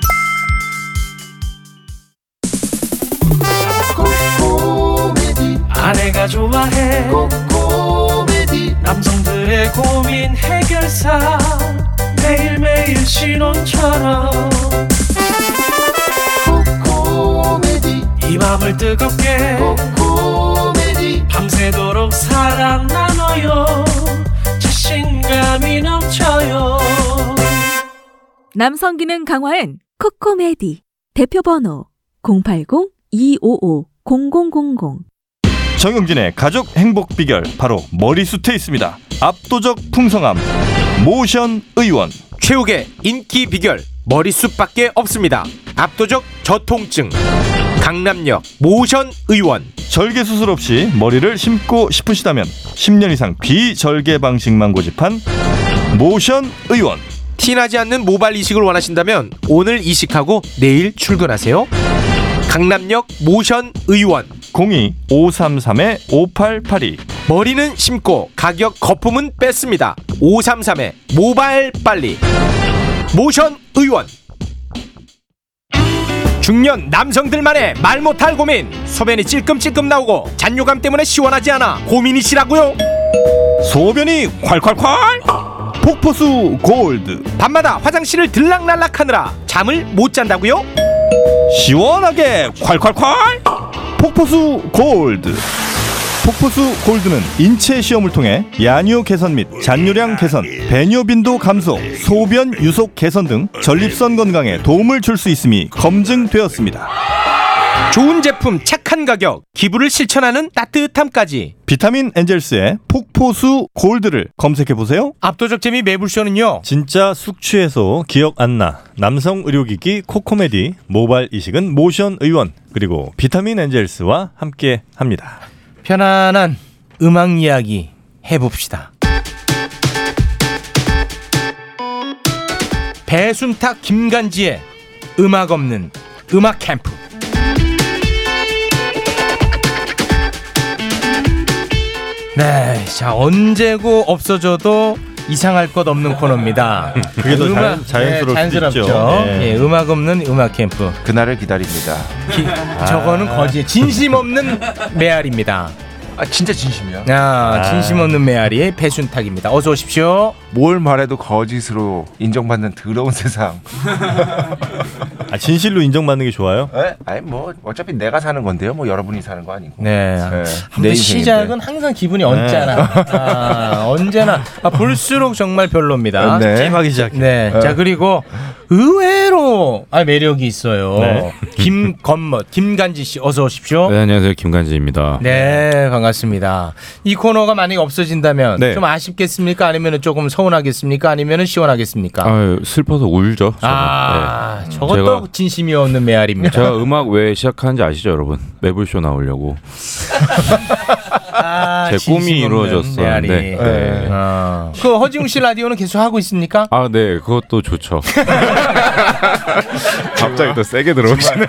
M: 아내가 좋아해 코코메디 남성들의 고민 해결사 매일매일 신혼처럼 코코메디 이 맘을 뜨겁게 코코메디 밤새도록 사랑 나눠요 자신감이 넘쳐요
L: 남성 기능 강화엔 코코메디 대표 번호 080-255-0000
K: 정용진의 가족 행복 비결 바로 머리숱에 있습니다. 압도적 풍성함 모션 의원
M: 최욱의 인기 비결 머리숱밖에 없습니다 압도적 저통증 강남역 모션 의원
K: 절개 수술 없이 머리를 심고 싶으시다면 10년 이상 비절개 방식만 고집한 모션 의원
M: 티나지 않는 모발 이식을 원하신다면 오늘 이식하고 내일 출근하세요. 강남역 모션 의원
K: 02 533의 5882
M: 머리는 심고 가격 거품은 뺐습니다. 533에 모발 빨리 모션 의원 중년 남성들만의 말 못할 고민 소변이 찔끔찔끔 나오고 잔뇨감 때문에 시원하지 않아 고민이시라고요?
K: 소변이 콸콸콸 폭포수 골드
M: 밤마다 화장실을 들락날락하느라 잠을 못 잔다고요?
K: 시원하게 콸콸콸 폭포수 골드 폭포수 골드는 인체 시험을 통해 야뇨 개선 및 잔뇨량 개선, 배뇨 빈도 감소, 소변 유속 개선 등 전립선 건강에 도움을 줄 수 있음이 검증되었습니다.
M: 좋은 제품 착한 가격 기부를 실천하는 따뜻함까지
K: 비타민 엔젤스의 폭포수 골드를 검색해 보세요.
G: 압도적 재미 매불쇼는요.
K: 진짜 숙취해소 기억 안 나 남성 의료기기 코코메디 모발 이식은 모션 의원 그리고 비타민 엔젤스와 함께 합니다.
G: 편안한 음악 이야기 해봅시다. 배순탁 김간지의 음악 없는 음악 캠프. 네, 자 언제고 없어져도 이상할 것 없는 코너입니다. 네,
K: 그게 더 자연- 자연스러울 수도
G: 자연스럽죠.
K: 있죠. 예.
G: 예, 음악 없는 음악 캠프.
M: 그날을 기다립니다.
G: 저거는
K: 아.
G: 거지 진심 없는 메아리입니다.
M: 아 진짜 진심이야.
G: 아, 진심 없는 메아리의 배순탁입니다. 어서 오십시오.
M: 뭘 말해도 거짓으로 인정받는 더러운 세상.
K: 아, 진실로 인정받는 게 좋아요.
M: 에? 아니 뭐 어차피 내가 사는 건데요. 뭐 여러분이 사는 거 아니고.
G: 네.
M: 네.
G: 근데 시작은 항상 기분이 언짢아.
K: 네.
G: 아, 언제나 아, 볼수록 정말 별로입니다.
M: 네.
K: 게임하기 시작해. 네.
G: 네. 자, 그리고 의외로 아 매력이 있어요.
K: 네.
G: 김건멋 김간지 씨 어서 오십시오.
J: 네, 안녕하세요. 김간지입니다.
G: 네, 반갑습니다. 이 코너가 만약에 없어진다면
J: 네.
G: 좀 아쉽겠습니까? 아니면 조금 서운하겠습니까? 아니면 시원하겠습니까?
J: 아, 슬퍼서 울죠. 저는.
G: 아,
J: 네.
G: 저것도
J: 제가,
G: 진심이 없는 메아리입니다.
J: 제가 음악 왜 시작하는지 아시죠, 여러분? 매불쇼 나오려고.
G: 아,
J: 제 꿈이
G: 진심 없는
J: 이루어졌었는데.
G: 메아리.
J: 네.
G: 아. 그 허지웅 씨 라디오는 계속 하고 있습니까?
J: 아, 네. 그것도 좋죠. 갑자기 또 세게 들어오시네.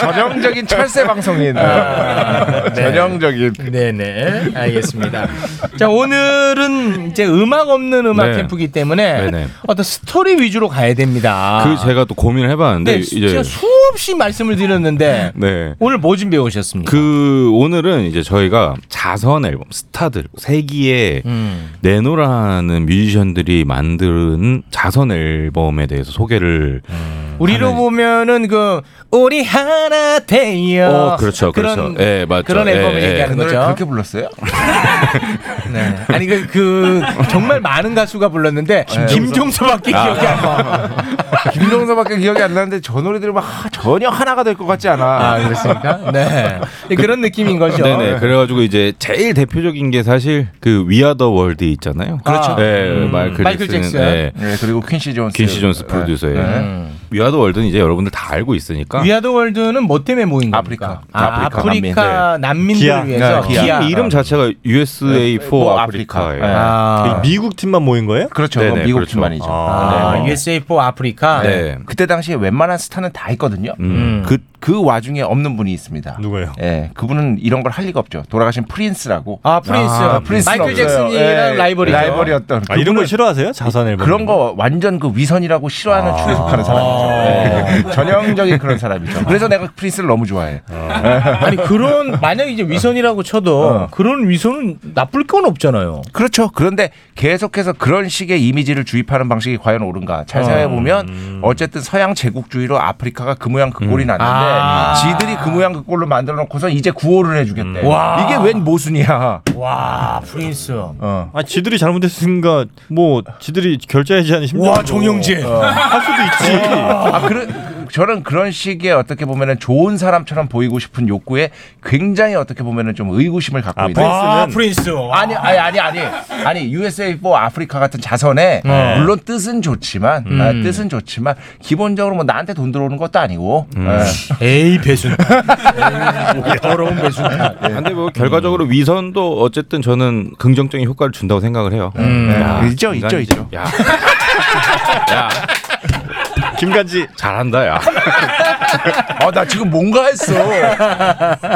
N: 전형적인 철새 방송인.
J: 아,
N: 네.
J: 네.
N: 전형적인.
G: 네네. 알겠습니다. 자 오늘은 이제 음악 없는 음악
J: 네.
G: 캠프이기 때문에
J: 네네.
G: 어떤 스토리 위주로 가야 됩니다.
J: 그 제가 또 고민을 해봤는데
G: 아. 네,
J: 이제
G: 제가 수없이 말씀을 드렸는데
J: 네.
G: 오늘 뭐 준비해 오셨습니까?
J: 그 오늘은 이제 저희가 자선 앨범 스타들 세기의
G: 음.
J: 내노라는 뮤지션들이 만든 자선 앨범에 대해서 소개를
N: 음.
G: 우리로 보면은 그 우리 하나 되요.
J: 어, 그렇죠, 그렇죠. 예, 맞죠.
G: 그런
J: 예,
G: 앨범을
J: 예.
G: 얘기하는
J: 그 노래
G: 거죠.
J: 그렇게
G: 불렀어요? 네. 아니 그, 그 정말 많은 가수가 불렀는데 김종서밖에
N: 아.
G: 기억이 안 나.
N: 네. 김종서밖에 기억이 안 나는데 저 노래들이 막 전혀 하나가 될 것 같지 않아. 아
G: 그렇습니까? 네. 그런 느낌인 거죠.
J: 네네. 그래가지고 이제 제일 대표적인 게 사실 그 위아더 월드 있잖아요.
N: 그렇죠.
J: 네,
N: 음.
J: 마이클,
N: 마이클
J: 잭슨.
N: 잭슨. 네, 그리고 퀸시 존스.
J: 퀸시 존스 프로듀서의
N: 네.
J: 위아더 월드는 이제 여러분들 다 알고 있으니까.
G: 위아더 월드는 뭐 때문에 모인 겁니까? 아,
J: 아프리카.
G: 아프리카 뭐
J: 네.
G: 난민들 위해서
J: 팀 이름 자체가 USA for Africa. 예요
G: 아.
K: 미국 팀만 모인 거예요?
N: 그렇죠.
J: 네네,
N: 미국
J: 그렇죠.
N: 팀만이죠.
G: 아, USA4 아프리카.
N: 네. 그때 당시에 웬만한 스타는 다 있거든요.
G: 음.
N: 그, 그 와중에 없는 분이 있습니다. 누구예요? 예, 그분은 이런 걸 할 리가 없죠. 돌아가신 프린스라고.
G: 아, 프린스. 마이클 잭슨이랑 라이벌이죠.
N: 라이벌이었던.
K: 아, 이런 걸
N: 그분은
K: 싫어하세요? 자선 앨범.
N: 그런 거 완전 그 위선이라고
G: 아.
N: 싫어하는 추격하는 사람이죠. 예, 전형적인 그런 사람이죠. 그래서 내가 프린스를 너무 좋아해.
G: 아니 그런 만약 이제 위선이라고 쳐도
K: 어.
N: 어.
G: 그런 위선은 나쁠 건 없잖아요.
N: 그렇죠. 그런데 계속해서 그런 식의 이미지를 주입하는 방식이 과연 옳은가? 잘
G: 어.
N: 생각해보면 어쨌든 서양 제국주의로 아프리카가 그 모양 그 꼴이 났는데
G: 아.
N: 지들이 그 모양 그 꼴로 만들어 놓고서 이제 구호를 해주겠대.
G: 음. 와.
N: 이게 웬 모순이야.
G: 와 프린스.
K: 아, 지들이 잘못했으니까 뭐 지들이 결제하지 않은 심정.
N: 와, 정영진.
K: 할 수도 있지.
N: 아, 그런 저는 그런 식의 어떻게 보면은 좋은 사람처럼 보이고 싶은 욕구에 굉장히 어떻게 보면은 좀 의구심을 갖고 있는.
G: 아, 프린스.
N: 아니 아니 아니 아니 아니 USA for 아프리카 같은 자선에
G: 네.
N: 물론 뜻은 좋지만
G: 음.
N: 아, 뜻은 좋지만 기본적으로 뭐 나한테 돈 들어오는 것도 아니고 네.
G: 에이 배순 음. 뭐, 네. 더러운 배순
J: 근데 뭐 결과적으로 위선도 어쨌든 저는 긍정적인 효과를 준다고 생각을 해요.
N: 음.
J: 야,
N: 네. 있죠, 있죠,
J: 인간이지.
N: 있죠.
J: 야. 야. 김간지 잘한다 야.
N: 아나 지금 뭔가 했어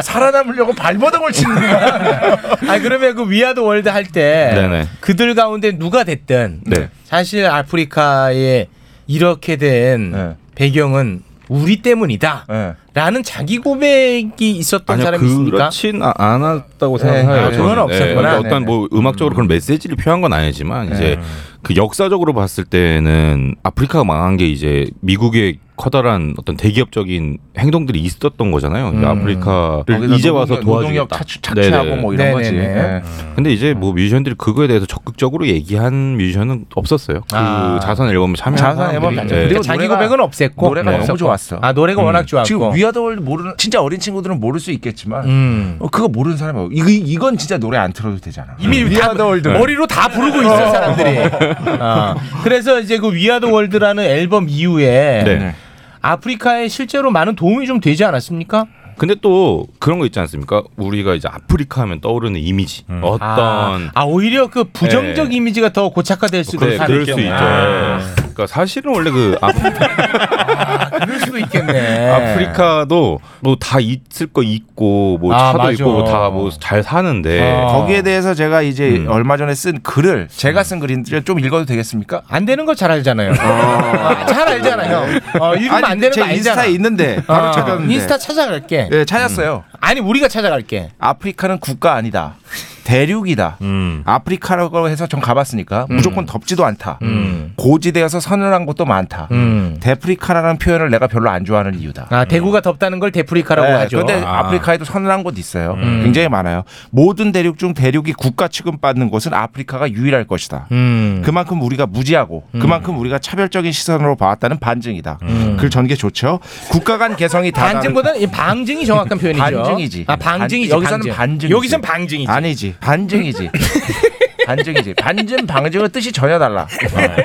N: 살아남으려고 발버둥을 치는 거야
G: 아 그러면 그 위아더 월드 할 때
J: 네네.
G: 그들 가운데 누가 됐든
J: 네.
G: 사실 아프리카에 이렇게 된
N: 네.
G: 배경은 우리 때문이다. 라는 자기 고백이 있었던
J: 아니요
G: 사람이 있습니까?
J: 그렇진 아- 않았다고
G: 네,
J: 생각해요.
G: 아, 그건
J: 저는.
G: 없었구나.
J: 예, 어떤 뭐 음악적으로 그런 메시지를 표한 건 아니지만
N: 네.
J: 이제 그 역사적으로 봤을 때는 아프리카가 망한 게 이제 미국의 커다란 어떤 대기업적인 행동들이 있었던 거잖아요. 이제 아프리카를
N: 음. 거기서
J: 이제
N: 노동력-
J: 와서 도와주겠다.
N: 노동력 착취- 착취하고
J: 네네.
N: 뭐 이런 거지. 네.
J: 근데 이제 뭐 뮤지션들이 그거에 대해서 적극적으로 얘기한 뮤지션은 없었어요. 그
G: 아.
J: 자선 앨범 참여한
N: 자산 앨범
J: 사람들이.
N: 자체.
J: 네.
N: 그리고
G: 자기
N: 노래가-
G: 고백은 없앴고
N: 노래가
J: 네.
N: 너무
J: 없었고.
N: 좋았어
G: 아 노래가
N: 음.
G: 워낙 좋았고
N: 지금 위아더월드 모르는 진짜 어린 친구들은 모를 수 있겠지만
G: 음.
N: 어, 그거 모르는 사람이 없- 이거 이건 진짜 노래 안 틀어도 되잖아
G: 이미 다
N: 위아더월드
G: 음. 머리로 다 부르고 있어요 사람들이. 아, 그래서 이제 그 위아더 월드라는 앨범 이후에
J: 네.
G: 아프리카에 실제로 많은 도움이 좀 되지 않았습니까?
J: 근데 또 그런 거 있지 않습니까? 우리가 이제 아프리카 하면 떠오르는 이미지. 어떤
G: 아, 아, 오히려 그 부정적 이미지가 더 고착화될 수도
J: 네. 그래,
G: 있다.
J: 그럴 수 있죠. 예.
G: 아,
J: 그러니까 사실은 원래 그 아프리카,
G: 그럴 수도 있겠네.
J: 아프리카도 뭐 다 있을 거 있고 뭐
N: 아,
J: 차도
N: 맞아.
J: 있고 다 뭐 잘 사는데
G: 아.
N: 거기에 대해서 제가 이제 얼마 전에 쓴 글을 아. 음. 제가 쓴 글인데 좀 읽어도 되겠습니까?
G: 안 되는 거 잘 알잖아요. 아, 잘 알잖아 형. 어, 읽으면
N: 어. 아니,
G: 안 되는
N: 제
G: 거 알잖아.
N: 인스타에 있는데 바로
G: 어,
N: 찾았는데.
G: 인스타 찾아갈게. 음.
N: 네, 찾았어요.
G: 아니 우리가 찾아갈게.
N: 아프리카는 국가 아니다. 대륙이다.
G: 음.
N: 아프리카라고 해서 전 가봤으니까 무조건 덥지도 않다. 고지대여서 서늘한 곳도 많다.
G: 음.
N: 데프리카라는 표현을 내가 별로 안 좋아하는 이유다.
G: 아 대구가 덥다는 걸 데프리카라고 하죠.
N: 근데
G: 아.
N: 아. 프리카에도 서늘한 곳 있어요.
G: 음.
N: 굉장히 많아요. 모든 대륙 중 대륙이 국가 취급받는 곳은 아프리카가 유일할 것이다.
G: 음.
N: 그만큼 우리가 무지하고 그만큼 우리가 차별적인 시선으로 봐왔다는 반증이다.
G: 음.
N: 그 전개 좋죠. 국가 간 개성이 다
G: 반증보다는 이 방증이 정확한 표현이죠.
N: 반증이지.
G: 아 방증이지.
N: 반- 여기서는 반증이지.
G: 여기선 방증이지.
N: 아니지. 반증이지. 반증이지. 반증 방증은 뜻이 전혀 달라.
G: 네.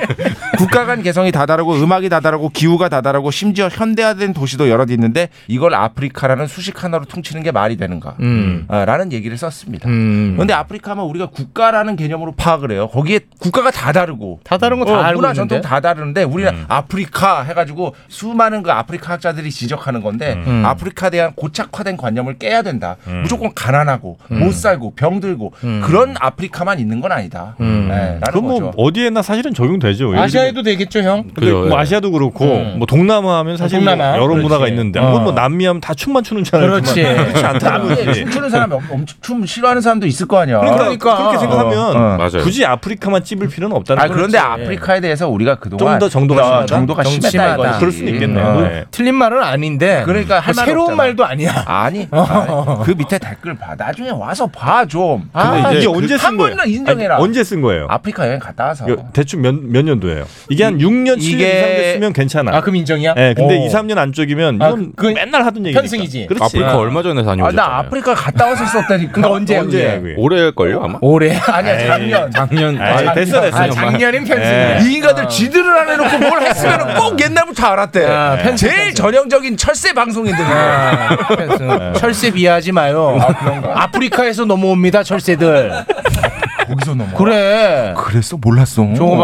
N: 국가 간 개성이 다 다르고 음악이 다 다르고 기후가 다 다르고 심지어 현대화된 도시도 여러 개 있는데 이걸 아프리카라는 수식 하나로 퉁치는 게 말이 되는가?
G: 음.
N: 아, 라는 얘기를 썼습니다. 그런데 아프리카만 우리가 국가라는 개념으로 파악을 해요. 거기에 국가가 다 다르고 다 다른
G: 거다 알고
N: 어, 문화
G: 있는데.
N: 전통 다 다르는데 우리는
G: 음.
N: 아프리카 해가지고 수많은 그 아프리카 학자들이 지적하는 건데
G: 음.
N: 아프리카에 대한 고착화된 관념을 깨야 된다. 무조건 가난하고
K: 음.
N: 못 살고 병들고
K: 음.
N: 그런 아프리카만 있는 건 아니다. 네, 라는
K: 그건 뭐
N: 거죠.
K: 어디에나 사실은 적용되죠. 예를 들면
G: 아시아에도 되겠죠, 형?
K: 근데 뭐 아시아도 그렇고
G: 음.
K: 뭐 동남아 하면 사실
G: 동남아.
K: 여러 문화가
G: 그렇지.
K: 있는데
G: 어.
K: 그건 뭐 남미 하면 다 춤만 추는 줄 알았지만
G: 그렇지.
K: 그렇지 않다는
N: 남미에
K: 거지.
N: 춤추는 사람이 엄- 엄청 춤 싫어하는 사람도 있을 거 아니야.
K: 그러니까, 그렇게 생각하면
N: 어, 어.
K: 굳이 아프리카만 찝을 필요는 없다는
N: 아 그런데
K: 거지. 예.
N: 아프리카에 대해서 우리가 그동안
K: 좀더 정도가
N: 어,
K: 심하다?
N: 정도가
K: 정-
N: 심했다
K: 심하다.
N: 이거지. 어. 음.
K: 그럴 수는 있겠네요. 네.
G: 틀린 말은 아닌데.
N: 그러니까 할 말은
G: 새로운
N: 없잖아.
G: 말도 아니야.
N: 아니, 아니, 그 밑에 댓글 봐. 나중에 와서 봐 좀.
K: 아,
N: 아, 그
K: 근데 이제 언제 쓴
N: 한
K: 거예요?
N: 번이나 인정해라.
K: 아니, 언제 쓴 거예요?
N: 아프리카 여행 갔다 와서.
K: 이거 대충 몇, 몇 년도예요? 이게 한 6년, 7년
N: 이게-
K: 이상 됐으면 괜찮아.
N: 아, 그럼 인정이야?
K: 네, 근데
N: 오. 아, 그
K: 2, 3년 안쪽이면 이건 맨날 하던 얘기니까.
N: 편승이지.
K: 그렇지. 아,
J: 아프리카 얼마 전에
N: 아,
J: 다녀오셨잖아요.
N: 나 아프리카 갔다 와서 썼다니까.
G: 근데 언제, 언제?
J: 올해일걸요 아마?
G: 올해?
N: 아니야, 작년.
J: 작년.
N: 아, 작년. 아,
K: 예.
N: 작년인 편승이야. 이 인간들 지들을 안 해놓고 뭘 했으면 꼭 옛날부터 알았대.
G: 아, 편승,
N: 제일 전형적인 철새 네. 방송인들.
G: 아, 철새 비하하지 마요. 아, 프리카에서 넘어옵니다, 철새들.
N: 거기서 넘어.
G: 그래.
N: 그랬어? 몰랐어.
G: 저거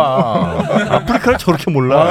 N: 그러니까.
G: 봐.
K: 아프리카를 저렇게 몰라.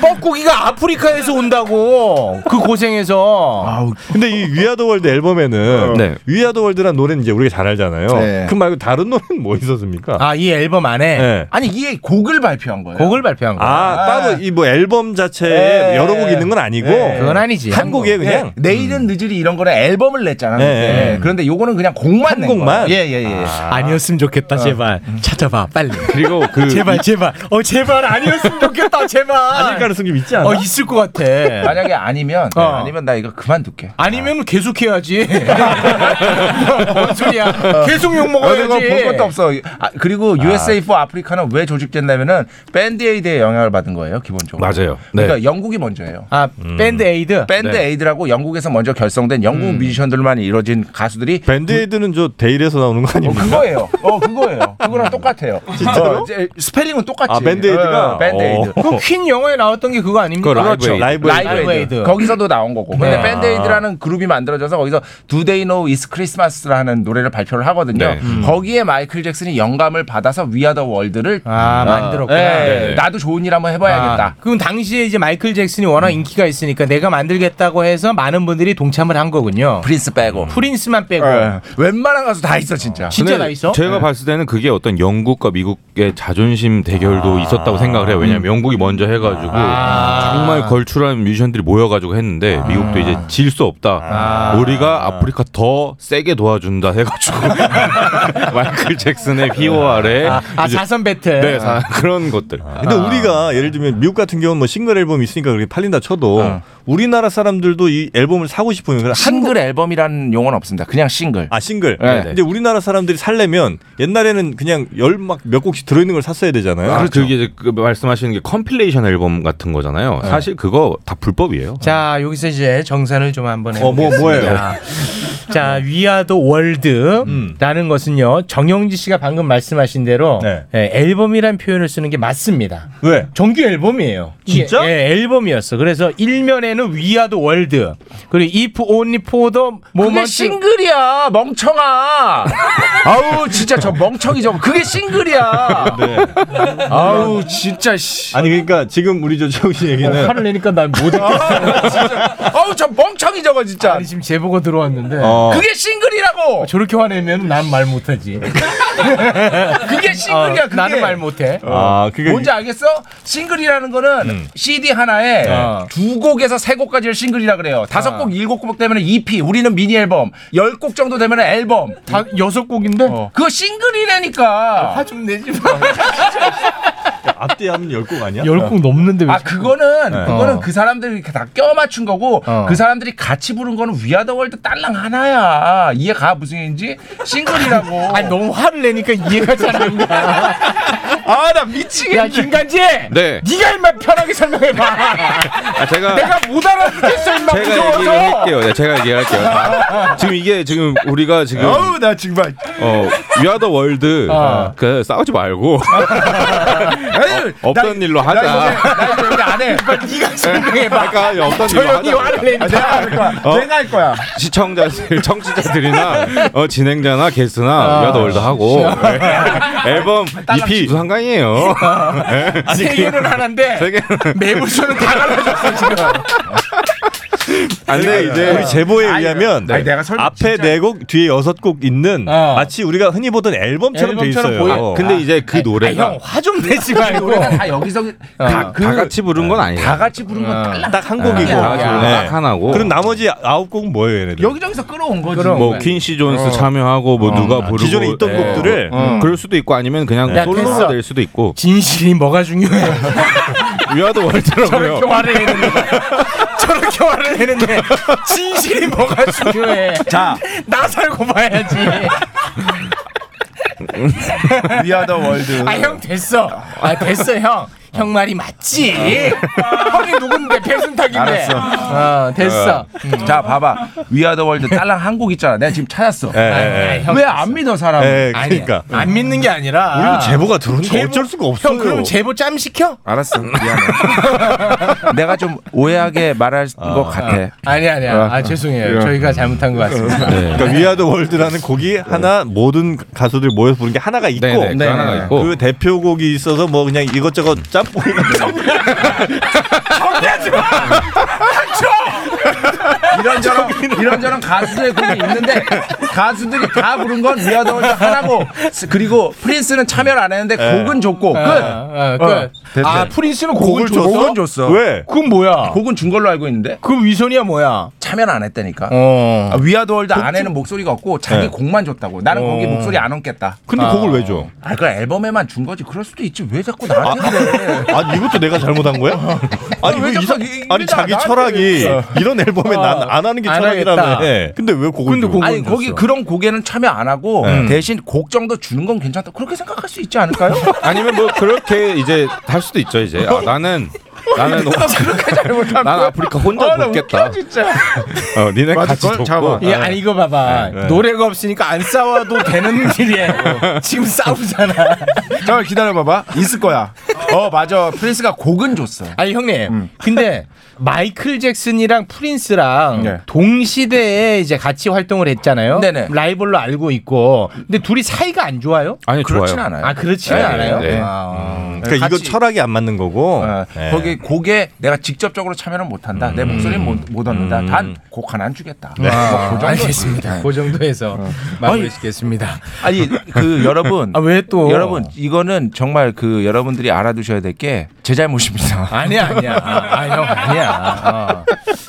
G: 뻐꾸기가 아프리카에서 온다고. 그 고생해서.
K: 근데 이 위아더월드 앨범에는
J: 네.
K: 위아더월드란 노래는 이제 우리가 잘 알잖아요.
G: 네.
K: 그 말고 다른 노래는 뭐 있었습니까?
G: 아, 이 앨범 안에?
K: 네.
N: 아니 이게 곡을 발표한 거예요.
G: 곡을 발표한 거야.
K: 아, 따로 이 뭐 앨범 자체에
N: 네.
K: 여러 곡이 있는 건 아니고
N: 네.
K: 한 곡이에요
N: 예,
K: 그냥. 음.
N: 내일은 늦으리 이런 거는 앨범을 냈잖아요.
K: 예,
N: 예,
K: 예.
N: 그런데 요거는 그냥 곡만
K: 한
N: 낸
K: 곡만?
N: 거예요. 예, 예, 어. 음. 예.
G: 아. 니었으면 좋겠다 제발 찾아봐 빨리
J: 그리고 그
G: 제발 제발 어 제발 아니었으면 좋겠다 제발
N: 아닐
K: 가능성이 있지
G: 어 있을 것 같아
N: 만약에 아니면
G: 어.
N: 네, 아니면 나 이거 그만둘게.
G: 아니면 계속 해야지 뭔 소리야 계속 욕 먹어야지
N: 어, 내가 볼 것도 없어. 아, 그리고 USA for Africa는 왜 조직됐냐면은 밴드 에이드의 영향을 받은 거예요, 기본적으로.
J: 맞아요.
K: 네.
J: 네.
N: 그러니까 영국이 먼저예요.
G: 아, 밴드 에이드?
N: 밴드
G: 네.
N: 에이드라고 영국에서 먼저 결성된 영국
G: 음.
N: 뮤지션들만 이뤄진 가수들이
K: 밴드에이드는 저 데일에서 나오는 거 아닙니까?
N: 그거예요. 어, 그거예요. 그거랑 똑같아요.
K: 진짜로?
N: 어, 이제 스펠링은 똑같지.
K: 아, 밴드 에이드가?
N: 어, 밴드 에이드.
K: 어.
G: 그퀸 영화에 나왔던 게 그거 아닙니까? 그렇죠. 음.
N: 라이브, 에이드. 거기서도 나온 거고. 근데
K: 아.
G: 네.
N: 밴드 에이드라는 그룹이 만들어져서 거기서 Do They Know It's Christmas라는 노래를 발표를 하거든요.
G: 네. 음.
N: 거기에 마이클 잭슨이 영감을 받아서 We Are the World를
G: 아, 만들었구나. 네네.
N: 나도 좋은 일 한번 해봐야겠다.
G: 아, 그럼 당시에 이제 마이클 잭슨이 워낙 인기가 있으니까 내가 만들겠다고 해서 많은 분들이 동참을 한 거군요.
N: 프린스 빼고.
G: 프린스만 빼고.
N: 웬만한 가수 다 있어 진짜.
G: 진짜
J: 근데
G: 다
J: 네,
G: 있어?
K: 네.
J: 제가 봤을 때는 그게 어떤 영국과 미국의 자존심
K: 아.
J: 대결도 있었다고 생각을 해요.
K: 음.
J: 왜냐면 영국이 먼저 해가지고 정말 걸출한 뮤지션들이 모여가지고 했는데
K: 아.
J: 미국도 이제 질 수 없다. 우리가 아프리카 더 세게 도와준다 해가지고 마이클 잭슨의 희호 아래
G: 아, 아,
J: 이제-
G: 자선 배틀.
J: 네, 자- 그런 것들.
K: 아. 근데 우리가 예를 들면 미국 같은 경우는 뭐 싱글 앨범 이 있으니까 그렇게 팔린다 쳐도
J: 어.
K: 우리나라 사람들도 이 앨범을 사고 싶으면 그냥
N: 싱글 앨범이라는 용어는 없습니다. 그냥 싱글.
K: 아 싱글.
N: 네.
K: 근데 우리나라 사람들이 살려면 옛날에는 그냥 열 막 몇 곡씩 들어있는 걸 샀어야 되잖아요.
J: 아,
G: 그렇죠.
J: 그게 이제 그 말씀하시는 게 컴필레이션 앨범 같은 거잖아요.
K: 네.
J: 사실 그거 다 불법이에요.
G: 자 여기서 이제 정산을 좀 한번
J: 어, 뭐,
G: 해보겠습니다.
J: 뭐예요?
G: 자 위아더 월드라는
K: 음.
G: 것은요 정영지 씨가 방금 말씀하신 대로 예, 앨범이란 표현을 쓰는 게 맞습니다.
K: 네. 왜?
G: 정규 앨범이에요. 진짜? 예, 앨범이었어. 그래서 일면에는 위아더 월드 그리고 if only for the
N: 그게
G: moment.
N: 싱글이야 멍청아. 아우 진짜 저 멍청이 저 그게 싱글이야. 아우 진짜 씨.
K: 네. 아니 그러니까 지금 우리 저 최욱 씨 얘기는
G: 어, 화를 내니까 난못
N: 아, 진짜. 아우 저 멍청이 저거 진짜. 아니
G: 지금 제보가 들어왔는데.
N: 그게 싱글이라고.
G: 저렇게 화내면 난 말 못하지.
N: 그게 싱글이야.
G: 어,
N: 그게.
G: 나는 말 못해.
K: 아, 그게-
N: 뭔지 알겠어? 싱글이라는 거는 CD 하나에
G: 음. 어.
N: 두 곡에서 세 곡까지를 싱글이라 그래요. 다섯 곡, 일곱 곡 되면 EP. 우리는 미니 앨범. 열 곡 정도 되면 앨범. 어.
G: 다 여섯 곡인데? 아,
N: 그거 싱글이라니까.
G: 화 좀 내지 마.
K: 앞뒤 하면 열곡 아니야? 어.
G: 열곡 넘는데 왜
N: 아 그거는
K: 네.
N: 그거는
K: 어.
N: 그 사람들이 다 껴맞춘 거고
K: 어.
N: 그 사람들이 같이 부른 거는 위아더 월드 딸랑 하나야 이해가 무슨 인지 싱글이라고 아니
G: 너무 화를 내니까 이해가 잘 안 가.
N: 아 나 미치겠네 야 김간지
J: 네.
N: 네가 인마 편하게 설명해봐
J: 아, 제가
N: 내가 못 알아듣겠어 인마
J: 제가 얘기를
N: 무서워서
J: 할게요. 네, 제가 얘기할게요. 아, 지금 이게 지금 우리가 지금
O: 어우 나 정말
J: 어 위아더 월드
O: 아.
J: 그 싸우지 말고 어, 없던 일로 하자.
N: 근데 안해 네가 설명해봐
J: 그러니까 없던 일로
N: 조용히
J: 하자.
N: 화를 내니까 내가 할 거야
J: 어?
N: 내가 할 거야
J: 시청자들, 청취자들이나 어, 진행자나 게스트나 위아더 월드 하고 네. 앨범 EP 상강이에요.
N: 아.
J: 네.
N: 세 개는 하나인데 매불쇼는 다 갈라졌어 지금
K: 근데 이제 우리 제보에 의하면
O: 아니, 내가 설마
K: 앞에 네 곡, 뒤에 여섯 곡 있는
N: 어.
K: 마치 우리가 흔히 보던 앨범처럼 돼
J: 앨범처럼
K: 있어요.
J: 보여. 근데 이제 그 노래가
N: 아. 형화좀
J: 내지 말고.
N: 노래가 다 여기서
J: 다, 다 같이 부른 건 아니에요.
N: 다그 네. 같이 부른 건 딸랑
K: 딱한 곡이고
J: 다 같이 부른 건딱 하나고.
K: 그럼 나머지 아홉 곡은 뭐예요, 얘네들?
N: 여기저기서 끌어온 거지
J: 뭐 퀸시 존스
N: 어.
J: 참여하고
G: 어.
J: 뭐 누가
G: 아,
J: 부르고
K: 기존에 있던
J: 예.
K: 곡들을.
J: 음. 그럴 수도 있고 아니면 그냥
G: 야,
J: 솔로가
G: 됐어.
J: 될 수도 있고
G: 진실이 뭐가 중요해요?
J: 위아더 월드라고요.
G: 저렇게 화를 내는데. 저렇게 화를 내는데 진실이 뭐가 중요해?
O: 자.
G: 나 살고 봐야지.
O: 위아더 월드.
G: 아 형 됐어. 아 됐어 형. 형 말이 맞지. 형이 누군데 배순탁인데.
N: 알았어.
G: 어, 됐어.
N: 자 봐봐 위아더 월드 딸랑 한 곡 있잖아 내가 지금 찾았어
G: 예, 예, 예.
N: 왜 안 믿어 사람
G: 예, 그러니까. 안 믿는 게 아니라
N: 우리도 제보가 들어오니까
G: 제보-
N: 어쩔 수가
G: 형
N: 없어요.
G: 그럼 제보 짬 시켜?
O: 알았어 미안해 내가 좀 오해하게 말할 것 같아
G: 어. 아니 아니야. 아
O: 어.
G: 죄송해요.
N: 예.
O: 이런.
G: 저희가 잘못한 것 같습니다.
K: 그러니까 위아더 월드라는 곡이
N: 네.
K: 하나 모든 가수들 모여서 부른 게 하나가 있고
J: 네, 네, 그 하나가 있고.
K: 그 대표곡이 있어서 뭐 그냥 이것저것 짬뽕
N: 이런저런 이런저런 가수들의 곡이 있는데 가수들이 다 부른 건 위아더 월드 하나고 그리고 프린스는 참여를 안 했는데
G: 예.
N: 곡은 줬고 끝.
G: 예, 예, 끝.
N: 아
G: 됐네.
N: 프린스는 곡을,
G: 곡을
N: 줬어?
G: 줬어?
N: 곡은 줬어.
G: 왜? 그건 뭐야?
N: 곡은 준 걸로 알고 있는데.
G: 그 위선이야 뭐야?
N: 참여를 안 했다니까.
G: 어.
N: 아, 위아더 월드
G: 곡
N: 안에는 목소리가 없고 자기
G: 예.
N: 곡만 줬다고. 나는
G: 어.
N: 거기 목소리 안 얹겠다.
K: 네. 근데
N: 아.
K: 곡을 왜 줘?
N: 아, 그 앨범에만 준 거지. 그럴 수도 있지. 왜 자꾸 나한테 그래?
K: 아니 이것도 내가 잘못한 거야? 아니
N: 왜
K: 이거
N: 자꾸
K: 이상
N: 이- 이게
K: 아니
N: 나-
K: 자기
N: 나한테
K: 철학이
N: 그래.
K: 이런 앨범에
N: 어.
K: 난 안 하는 게
N: 안
K: 철학이라며.
N: 하겠다.
K: 근데 왜 곡을 줘?
N: 아니 거기 그런 곡에는 참여 안 하고
G: 음.
J: 네.
N: 대신 곡 정도 주는 건 괜찮다. 그렇게 생각할 수 있지 않을까요?
J: 아니면 뭐 그렇게 이제 할 수도 있죠 이제. 아, 나는 나는
N: 나 그렇게 잘못한
J: 난
N: 거야?
J: 아프리카 혼자
N: 아, 나
J: 돕겠다.
N: 웃겨, 진짜.
J: 어, 니네 같이
G: 그건
J: 돕고.
G: 예, 아니 이거 봐봐.
J: 네, 네.
G: 노래가 없으니까 안 싸워도 되는 길이에요. 지금 싸우잖아.
N: 잠깐 기다려봐봐. 있을 거야. 어 맞아. 프린스가 곡은 줬어. 음.
G: 아니 형님. 근데 마이클 잭슨이랑 프린스랑 아,
N: 네.
G: 동시대에 이제 같이 활동을 했잖아요. 라이벌로 알고 있고. 근데 둘이 사이가 안 좋아요?
J: 아니
N: 그렇진 좋아요. 않아요.
G: 아 그렇지는
N: 네,
G: 않아요. 네.
N: 네.
G: 아,
K: 그러니까 이거
N: 같이- 어.
K: 철학이 안 맞는 거고. 예.
N: 네. 거기 곡에 내가 직접적으로 참여는 못한다. 내 목소리는 못, 못 얻는다. 단 곡 하나 안 주겠다.
G: 음. 네.
N: 뭐
G: 아, 알겠습니다. 그 정도에서 마무리짓겠습니다.
N: 아니 그 여러분
G: 아, 왜 또?
N: 여러분 이거는 정말 그 여러분들이 알아두셔야 될 게 제 잘못입니다.
G: 아니야 아니야. 아, 아, 형 아니야. 어.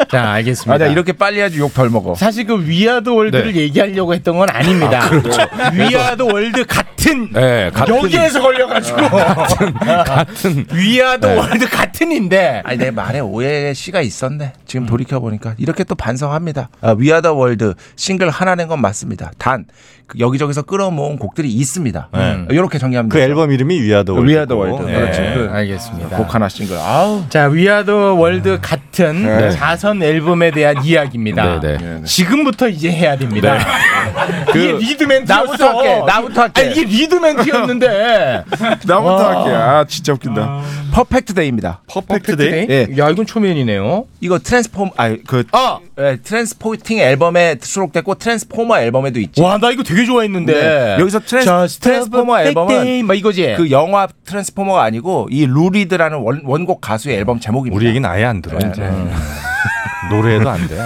G: 자 알겠습니다.
N: 아, 나 이렇게 빨리 해야지 욕 덜 먹어. 네.
G: 사실 그 위아더 월드를 얘기하려고 했던 건 아닙니다.
N: 아, 그렇죠.
G: 위아더 월드 같은
J: 네, 같은-
G: 여기에서 걸려가지고
J: 같은
G: 위아더
N: 네.
G: 월드 같은인데
N: 아니 내 말에 오해의 씨가 있었네. 지금 돌이켜 보니까 이렇게 또 반성합니다. 아, 위아더 월드 싱글 하나 낸 건 맞습니다. 단그 여기저기서 끌어모은 곡들이 있습니다.
G: 네.
N: 음. 이렇게 정리하면
K: 그 앨범 이름이 위아더 예. 월드.
N: 위아더 월드. 그렇지. 그
G: 알겠습니다.
N: 곡 하나 싱글. 아우.
G: 자 위아더
O: 음.
G: 월드 같은
N: 네.
G: 자선 앨범에 대한 이야기입니다.
N: 네,
G: 지금부터 이제 해야 됩니다. 이게
O: 네. 그-
G: 리드멘트였어.
O: 나부터 할게, 나부터 할게.
G: 아니, 이게 리드멘트였는데
O: 나부터
G: 와.
O: 할게 아 진짜 웃긴다
N: 퍼펙트 데이입니다.
K: 퍼펙트
G: 데이? 야 이건 초면이네요.
N: 이거 트랜스폼 아그 어! 예, 트랜스포팅 앨범에 수록됐고 트랜스포머 앨범에도 있지.
G: 와 나 이거 되게 좋아했는데
N: 여기서 트랜스,
G: Just
N: 트랜스포머
G: have a big day,
N: 앨범은
G: 막 뭐, 이거지.
N: 그 영화 트랜스포머가 아니고 이 루리드라는 원, 원곡 가수의 앨범 제목입니다.
K: 우리 얘기는 아예 안 들어.
N: 네, 네.
K: 노래해도 안 돼.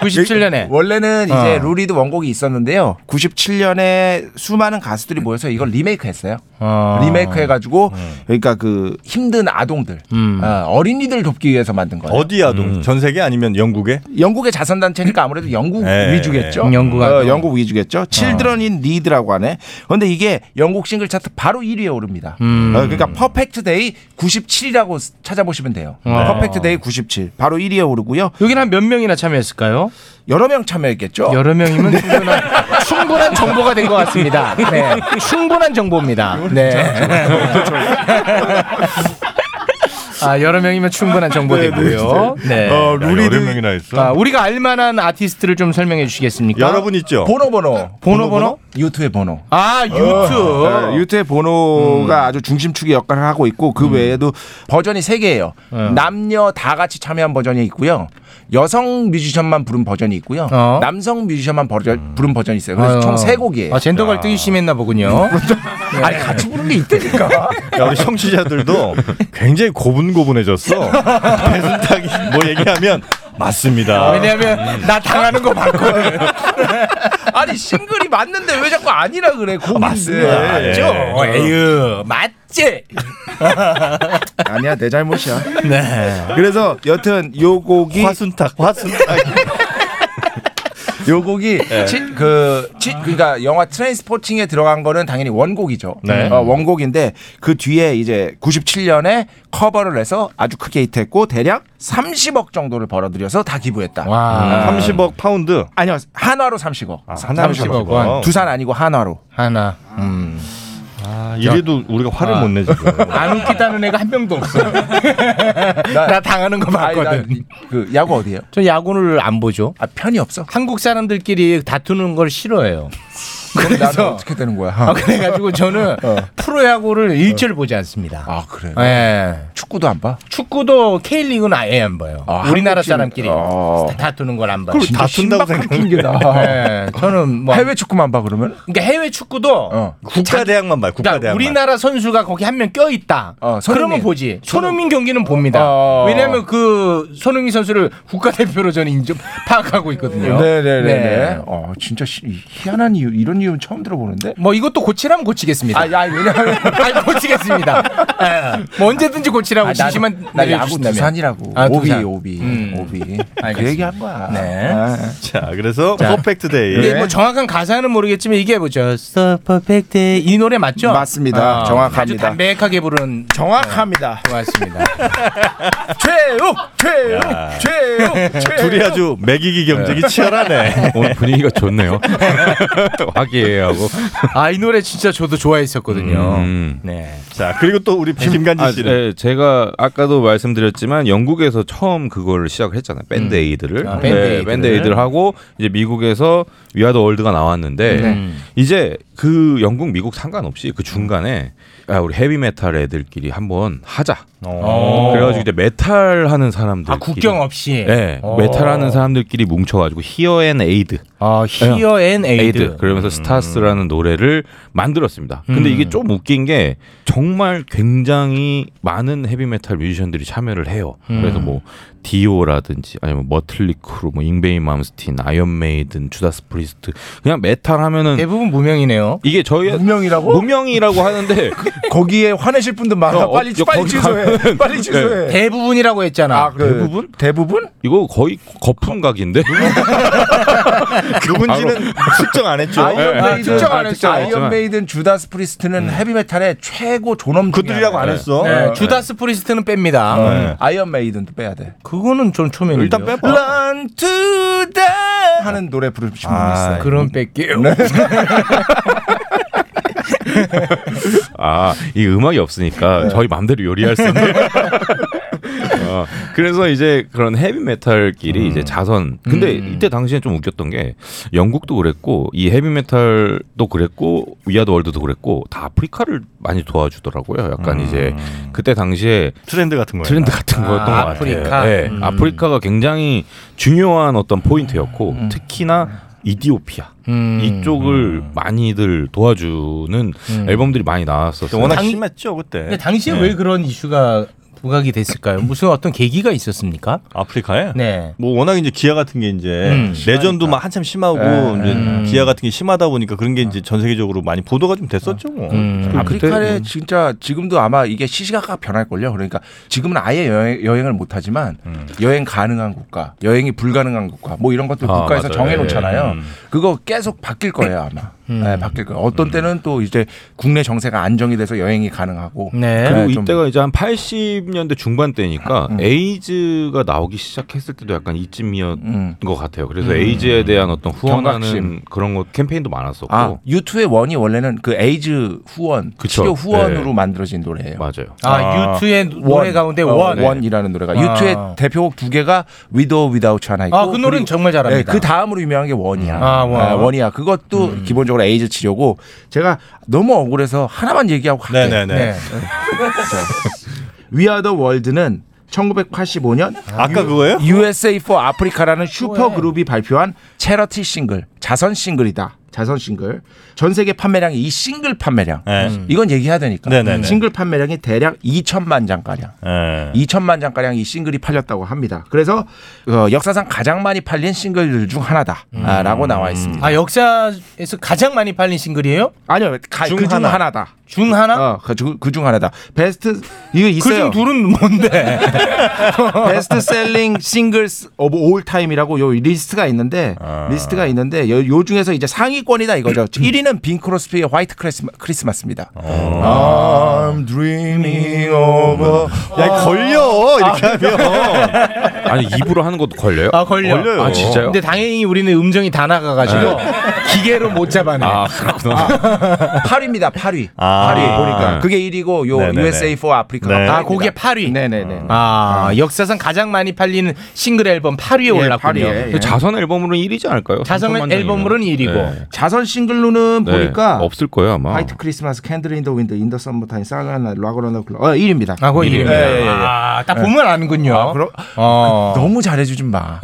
G: 97년에
N: 예, 원래는
G: 어.
N: 이제 루리드 원곡이 있었는데요. 97년에 수많은 가수들이 모여서 이걸 리메이크했어요.
G: 어.
N: 리메이크 해가지고 그러니까 그 힘든 아동들
G: 음.
N: 어, 린이들 돕기 위해서 만든 거예요.
K: 어디 아동? 전 세계 아니면 영국에?
N: 영국의 자선단체니까 아무래도 영국
K: 예,
N: 위주겠죠.
K: 예. 영국 아동.
N: 어, 영국 위주겠죠. Children in Need라고 하네. 근데 이게 영국 싱글 차트 바로 1위에 오릅니다.
G: 음.
N: 어, 그러니까 퍼펙트 데이 97이라고 찾아보시면 돼요.
G: 네.
N: 퍼펙트 데이 97 바로 1위에 오르고요.
G: 여기는 한 몇 명이나 참여했을까요?
N: 여러 명 참여했겠죠. 네.
G: 여러 명이면 충분한, 충분한 정보가 된 것 같습니다. 네. 충분한 정보입니다. 네. 아, 여러 명이면 충분한
N: 네.
G: 정보 되고요. 네.
K: 어, 루리드 명이나 했어.
G: 아, 우리가 알만한 아티스트를 좀 설명해 주시겠습니까?
K: 여러분 있죠?
N: 번호 번호.
G: 번호 번호?
N: 유튜브의 번호.
G: 아, 유튜브.
N: 어. 네, 유튜브의 음. 번호가 아주 중심축의 역할을 하고 있고 그 외에도 버전이 세 개예요. 남녀 다 같이 참여한 버전이 있고요. 여성 뮤지션만 부른 버전이 있고요.
G: 어.
N: 남성 뮤지션만 버전, 부른 버전이 음. 있어요. 그래서
G: 아유.
N: 총 세 곡이에요.
G: 아, 젠더 갈등이 심했나 보군요.
N: 네. 아니 같이 부른 게 있다니까.
K: 야, 우리 청취자들도 굉장히 고분고분해졌어. 배순탁이 뭐 얘기하면
N: 아,
G: 아.
K: 맞습니다.
G: 왜냐하면 나 당하는 거 봤거든. 네.
N: 아니 싱글이 맞는데 왜 자꾸 아니라 그래? 고민돼.
G: 맞습니다. 예. 어, 에휴, 맞지?
N: 아니야 내 잘못이야.
G: 네.
N: 그래서 여튼 요 곡이
K: 화순탁 화순탁.
N: 요 곡이
K: 예.
N: 치, 그 치, 그러니까 영화 트랜스포팅에 들어간 거는 당연히 원곡이죠.
K: 네.
N: 어, 원곡인데 그 뒤에 이제 97년에 커버를 해서 아주 크게 히트했고 대략 30억 정도를 벌어들여서 다 기부했다. 음. 아.
K: 와. 30억 파운드.
N: 아니요 아, 한화로 30억.
K: 한화로 30억. 원.
N: 두산 아니고 한화로.
G: 하나. 음.
K: 아, 이래도 우리가 화를 못 내지.
N: 아,
G: 안 웃기다는 애가 한 명도 없어. 나, 당하는 거 봤거든.
N: 그 야구 어디에요?
G: 저 야구를 안 보죠.
N: 아 편이 없어.
G: 한국 사람들끼리 다투는 걸 싫어해요.
N: 그럼 나는 어떻게 되는 거야?
G: 아, 그래가지고 저는
N: 어.
G: 프로야구를 일절 보지 않습니다.
N: 아 그래.
G: 예.
N: 축구도 안 봐?
G: 축구도 K리그는 아예 안 봐요.
N: 아,
G: 우리나라
N: 한국팀.
G: 사람끼리
N: 아.
G: 다투는 걸 안 봐요.
N: 그걸 다툰다고 생각하는
G: 예, 저는 뭐
N: 해외 축구만 봐 그러면? 어.
G: 그러니까 해외 축구도
K: 국가 대학만 봐. 국가
G: 그러니까
K: 대학만.
G: 우리나라 선수가 거기 한 명 껴 있다.
K: 어, 손흥민.
G: 그러면 보지. 손흥민 경기는 봅니다.
K: 어.
G: 왜냐하면 그 손흥민 선수를 국가대표로 저는 인정 파악하고 있거든요.
N: 네네네.
G: 네.
N: 네. 어 진짜 시- 희한한 이유 이런 이유는 처음 들어보는데.
G: 뭐 이것도 고치라면 고치겠습니다.
N: 아, 야, 왜냐면
G: 아니, 고치겠습니다. 예. 뭐 언제든지 고치라고 지시만
N: 아, 나 야구
G: 내려주신다면.
N: 두산이라고.
G: 아,
N: 오비
G: 두산. 음.
N: 오비 오비. 그
G: 알겠습니다.
N: 얘기한 거야. 아.
G: 네.
K: 자, 그래서
G: 자.
K: 퍼펙트
N: 예.
K: 데이.
G: 근데
N: 네.
G: 뭐 정확한 가사는 모르겠지만 이게 뭐죠? So perfect day. 이 노래 맞죠?
N: 맞습니다. 정확합니다.
G: 아주 담백하게 부른 네,
N: 정확합니다.
G: 고맙습니다.
N: 최욱 최욱 최욱 최욱.
K: 네. 둘이 아주 매기기 경쟁이 치열하네.
J: 오늘 분위기가 좋네요. 화기애애하고.
G: 아 이 노래 진짜 저도 좋아했었거든요.
J: 음.
G: 네.
K: 자, 그리고 또 우리 김간지
J: 아,
K: 어. 씨는
J: 네, 제가 아까도 말씀드렸지만 영국에서 처음 그걸 시작을 했잖아요. 밴드 에이드를. 네,
G: 아, 밴드 에이드를.
J: 밴드 에이드를 하고 이제 미국에서 위아더 월드가 나왔는데
G: 네.
J: 이제 그 영국 미국 상관없이 그 중간에 아, 우리 헤비 메탈 애들끼리 한번 하자.
K: 어.
G: 오.
J: 그래가지고 이제 메탈 하는 사람들. 아,
G: 국경 없이?
J: 네.
K: 어.
G: 오.
J: 메탈 하는 사람들끼리 뭉쳐가지고 히어 앤 에이드.
G: 아, 히어 앤 에이드.
J: 그러면서 스타스라는 노래를 만들었습니다. 근데
G: 음.
J: 이게 좀 웃긴 게 정말 굉장히 많은 헤비메탈 뮤지션들이 참여를 해요.
G: 음.
J: 그래서 뭐 디오라든지 아니면 머틀리 크루, 뭐 잉베이 맘스틴, 아이언 메이든, 주다스 프리스트 그냥 메탈 하면은
G: 대부분 무명이네요.
J: 이게 저희
N: 무명이라고?
J: 무명이라고 하는데
N: 거기에 화내실 분들 많아.
J: 어,
N: 빨리
J: 저
N: 빨리
J: 거기
N: 취소해.
J: 가면은- 네.
N: 빨리 취소해. 그
G: 대부분이라고 했잖아.
J: 대부분?
N: 대부분?
J: 이거 거의 거품각인데.
K: 누군지는 특정 안 했죠.
G: 예,
N: 아이언
J: 네.
N: 메이든,
J: 특정 안 했죠.
N: 아이언 메이든, 주다스 프리스트는 헤비메탈의 최고 존엄
K: 그들이라고 안 했어.
G: 네, 주다스 프리스트는 뺍니다. 음.
K: 네.
N: 아이언 메이든도 빼야 돼.
G: 그거는 좀 초면이죠.
N: 일단 빼봐. Run to the 하는 노래 부르신 분 있어요.
G: 아, 그럼 뺄게요.
N: 네.
J: 아, 이 음악이
K: 네.
J: 없으니까 저희 마음대로 요리할 수 있는. 어, 그래서 이제 그런 헤비메탈끼리
K: 음.
J: 이제 자선. 근데 이때 당시에 좀 웃겼던 게 영국도 그랬고 이 헤비메탈도 그랬고 위아드 월드도 그랬고 다 아프리카를 많이 도와주더라고요. 약간 이제 그때 당시에
K: 음. 트렌드 같은 거예요.
J: 트렌드 같은
G: 아,
J: 거였던 것 같아요.
G: 아프리카?
J: 네,
G: 음.
J: 아프리카가 굉장히 중요한 어떤 포인트였고 특히나 이디오피아
G: 음. 음.
J: 이쪽을 많이들 도와주는 앨범들이 많이 나왔었어요.
K: 그러니까 워낙
G: 당-
K: 심했죠 그때.
G: 근데 당시에
J: 네.
G: 왜 그런 이슈가 부각이 됐을까요? 무슨 어떤 계기가 있었습니까?
K: 아프리카에?
G: 네.
K: 뭐 워낙 이제 기아 같은 게 이제
G: 음,
K: 레전도 막 한참 심하고
G: 예,
K: 이제
G: 음.
K: 기아 같은 게 심하다 보니까 그런 게 이제 전 세계적으로 많이 보도가 좀 됐었죠 뭐.
G: 음.
N: 아프리카에
J: 음.
N: 진짜 지금도 아마 이게 시시각각 변할걸요. 그러니까 지금은 아예 여행, 을 못하지만
J: 음.
N: 여행 가능한 국가, 여행이 불가능한 국가, 뭐 이런 것들
O: 아,
N: 국가에서
O: 맞아요.
N: 정해놓잖아요.
O: 예, 음.
N: 그거 계속 바뀔 거예요 아마.
J: 음.
N: 네, 바뀔 거예요. 어떤 때는 또 이제 국내 정세가 안정이 돼서 여행이 가능하고.
J: 네.
G: 네,
N: 예,
J: 그리고
N: 좀
J: 이때가 이제 한 80년대 중반 때니까 에이즈가 나오기 시작했을 때도 약간 이쯤이었던 것 같아요. 그래서
N: 음.
J: 에이즈에 대한 어떤 후원하는
N: 경각심.
J: 그런 것 캠페인도 많았었고.
N: 아 유투의 원이 원래는 그 에이즈 후원
J: 그쵸.
N: 치료 후원으로
J: 네.
N: 만들어진 노래예요.
J: 맞아요.
G: 아, U2의 노래 가운데
K: 어,
G: 원.
N: 어,
K: 네.
N: 원이라는 노래가
G: 아.
N: 유투의 대표곡 두 개가 Widow Without You 하나 있고
G: 아, 그 노래는 정말 잘합니다.
N: 그 다음으로 유명한 게 원이야.
G: 아, 원. 음.
N: 네, 원이야. 그것도 기본적으로 에이즈 치료고 제가 너무 억울해서 하나만 얘기하고 갈게요.
K: 네네네.
N: 네. We Are the World는 1985년
K: 아까 그거예요?
N: USA for Africa라는 슈퍼
G: 네.
N: 그룹이 발표한 체러티 싱글, 자선 싱글이다. 자선 싱글. 전 세계 판매량이 이 싱글 판매량. 음.
K: 네.
N: 이건 얘기해야 되니까.
K: 네네네.
N: 싱글 판매량이 대략 2천만 장 가량.
G: 예.
N: 2천만 장 가량 이 싱글이 팔렸다고 합니다. 그래서 어, 역사상 가장 많이 팔린 싱글들 중 하나다라고 나와 있습니다.
G: 아 역사에서 가장 많이 팔린 싱글이에요?
N: 아니요,
G: 중
N: 그중
G: 하나.
N: 하나. 다 어,
G: 중 하나?
N: 그중 하나다. 베스트 이거 있어요.
G: 그중 둘은 뭐? 뭔데?
N: 베스트셀링 싱글스 오브 올 타임이라고 요 리스트가 있는데
G: 아.
N: 리스트가 있는데 요, 요 중에서 이제 상위권이다 이거죠. 1위는 빈 크로스피의 화이트 크리스마, 크리스마스입니다.
G: 아.
N: I'm dreaming of a-
K: 야 걸려 이렇게 하면
J: 아니 입으로 하는 것도 걸려요?
G: 아 걸려.
J: 걸려요. 아, 진짜요?
G: 근데 당연히 우리는 음정이 다 나가가지고
J: 네.
G: 기계로 못 잡아내.
J: 아 그렇구나.
N: 8위입니다. 8위.
G: 아.
N: 8위 보니까
G: 네.
N: 그게 1위고 요
G: 네네네.
N: USA for Africa.
G: 네. 아, 그게
N: 8위. 네네네.
G: 아 역사상 가장 많이 팔리는 싱글 앨범
N: 예,
G: 8위에 올랐군요. 그
J: 자선 앨범으로는 1위지 않을까요? 네.
G: 자선 앨범으로는 1위고.
N: 네.
G: 네.
N: 자선 싱글로는 보니까
J: 없을 거예요 아마.
N: 화이트 크리스마스 캔들 인더 윈드 인더 썸머 타임 사가나 라고라나 굴러 어 1위입니다. 예,
G: 아, 그거 1위입니다. 아, 딱 보면 아는군요.
N: 그럼
G: 어.
N: 너무 잘해주지 마.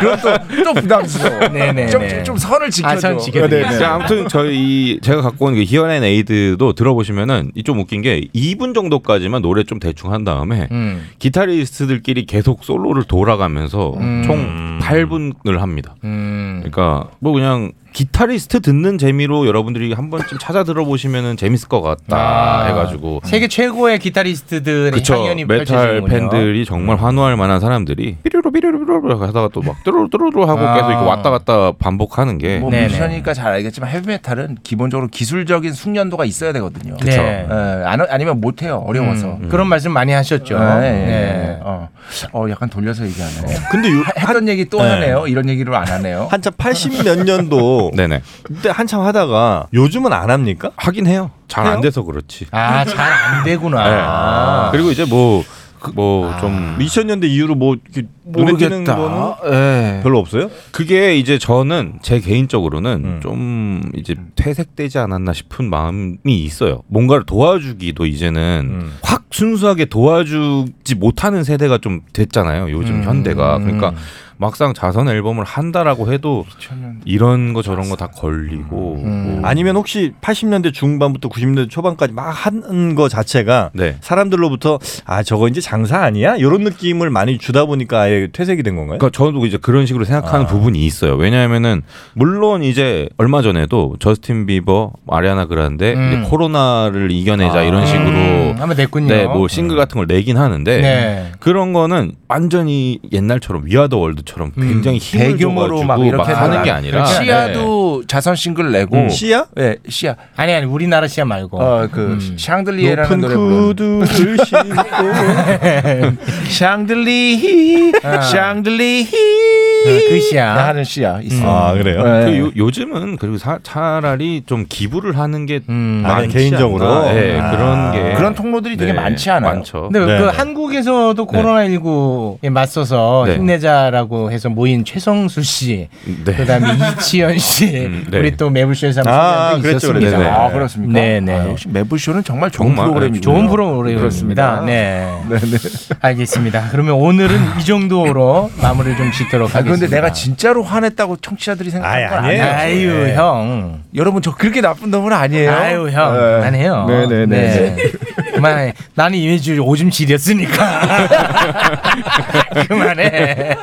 N: 그럼 또, 또 부담스러워.
G: 네네네.
N: 좀, 좀, 좀 아, 선을 지켜줘. 네,
G: 네.
J: 네. 자, 아무튼 저희 이- 제가 갖고 온 그 히어앤 에이드도 들어보시면은 이 좀 웃긴 게 2분 정도까지만 노래 좀 대충 한 다음에
G: 음.
J: 기타리스트들끼리 계속 솔로를 돌아가면서
G: 음.
J: 총 8분을 합니다.
G: 음.
J: 그러니까 뭐 그냥 기타리스트 듣는 재미로 여러분들이 한 번쯤 찾아 들어보시면은 재밌을 것 같다 해가지고
G: 아,
J: 음.
G: 세계 최고의 기타리스트들의
J: 네. 그쵸
G: 향연이
J: 메탈
G: 펼쳐지는군요. 음.
J: 팬들이 정말 환호할 만한 사람들이 삐리로 삐리로 삐리로 하다가 또 막 뚜루루 뚜루루 하고
N: 아.
J: 계속 이렇게 왔다 갔다 반복하는 게
N: 뭐
G: 네,
N: 뮤지션이니까 잘 알겠지만 헤비메탈은 기본적으로 기술적인 숙련도가 있어야 되거든요.
G: 그쵸.
N: 예, 안- 아니면 못해요. 어려워서.
G: 음, 그런 말씀 많이 하셨죠.
N: 예, 예,
G: 네.
N: 예. 어. 어, 약간 돌려서 얘기하네.
K: 근데
N: 했던 얘기 또
K: 네.
N: 하네요. 이런 얘기를 안 하네요.
K: 한참 80 몇 년도
J: 네네.
K: 그때 한참 하다가 요즘은 안 합니까?
J: 하긴 해요. 잘
K: 해요?
J: 안 돼서 그렇지.
G: 아, 잘 안 되구나.
N: 아.
J: 그리고 이제
K: 아.
J: 뭐뭐좀
K: 2000년대 이후로 뭐 이렇게 눈에 띄는
J: 모르겠다.
K: 거는
N: 예.
J: 별로 없어요? 네. 그게 이제 저는 제 개인적으로는
K: 음.
J: 좀 이제 퇴색되지 않았나 싶은 마음이 있어요. 뭔가를 도와주기도 이제는
K: 음.
J: 확 순수하게 도와주지 못하는 세대가 좀 됐잖아요. 요즘
K: 음.
J: 현대가 그러니까 막상 자선 앨범을 한다라고 해도 이런 거 저런 거 다 걸리고 뭐
K: 음. 아니면 혹시 80년대 중반부터 90년대 초반까지 막 하는 거 자체가 아,
J: 네.
K: 사람들로부터 아 저거 이제 장사 아니야 이런 느낌을 많이 주다 보니까 아예 퇴색이 된 건가요? 아.
J: 그러니까 저도 이제 그런 식으로 생각하는 부분이 있어요. 왜냐하면은 물론 이제 얼마 전에도 저스틴 비버, 아리아나 그란데
G: 음.
J: 이제 코로나를 이겨내자
K: 아.
J: 이런 식으로
G: 음, 하면 됐군요.
J: 네, 뭐 싱글 같은 걸 내긴 하는데
G: 네.
J: 그런 거는 완전히 옛날처럼 위아더 월드처럼 굉장히 힘을
N: 음, 대규모로
J: 줘가지고
N: 막 이렇게
J: 하는
N: 해라.
J: 게 아니라
N: 그렇지. 시아도 자선 싱글 내고
J: 음.
K: 네. 시아?
N: 예, 시아.
G: 아니 아니 우리나라 시아 말고. 음.
N: 어, 그 샹들리에라는 노래 부르는
K: 구두를
N: 신고 샹들리
J: 아.
N: 샹들리
G: 어. 그 시야
N: 나는 시야 있어. 네.
J: 그 요, 요즘은 그리고 사- 차라리 좀 기부를 하는 게
K: 아,
J: 많지
K: 개인적으로?
J: 않나?
G: 예,
J: 네,
K: 아.
J: 그런 게
N: 음.
J: 네,
N: 그런 통로들이 되게 많지 않아요?
G: 네,
K: 네,
G: 그
N: 네.
J: 많죠.
G: 근데 그 한국에서도
J: 네.
G: 코로나 19에 맞서서
J: 네.
G: 힘내자라고 해서 모인 최성수 씨,
E: 네.
G: 그다음에 이치현 씨,
E: 네.
G: 우리 또 매불쇼에서 한번
N: 아,
G: 소개한 적이
N: 그랬죠,
G: 있었습니다.
N: 그랬죠. 네. 아, 그렇습니까?
G: 네네.
N: 아, 역시 매불쇼는 정말 좋은 프로그램이군요.
G: 좋은 프로그램이었습니다. 네. 알겠습니다. 그러면 오늘은 이 정도로 마무리를 좀 짓도록
N: 아
G: 하겠습니다.
N: 근데 내가 진짜로 화냈다고 청취자들이 생각하는 건 아니에요.
G: 아유
N: 네.
G: 형.
N: 여러분 저 그렇게 나쁜 놈은 아니에요. 예.
G: 예. 아유 형. 안 해요.
N: 네네네.
G: 그만해. 나는 이번 주 오줌 지렸으니까. 그만해.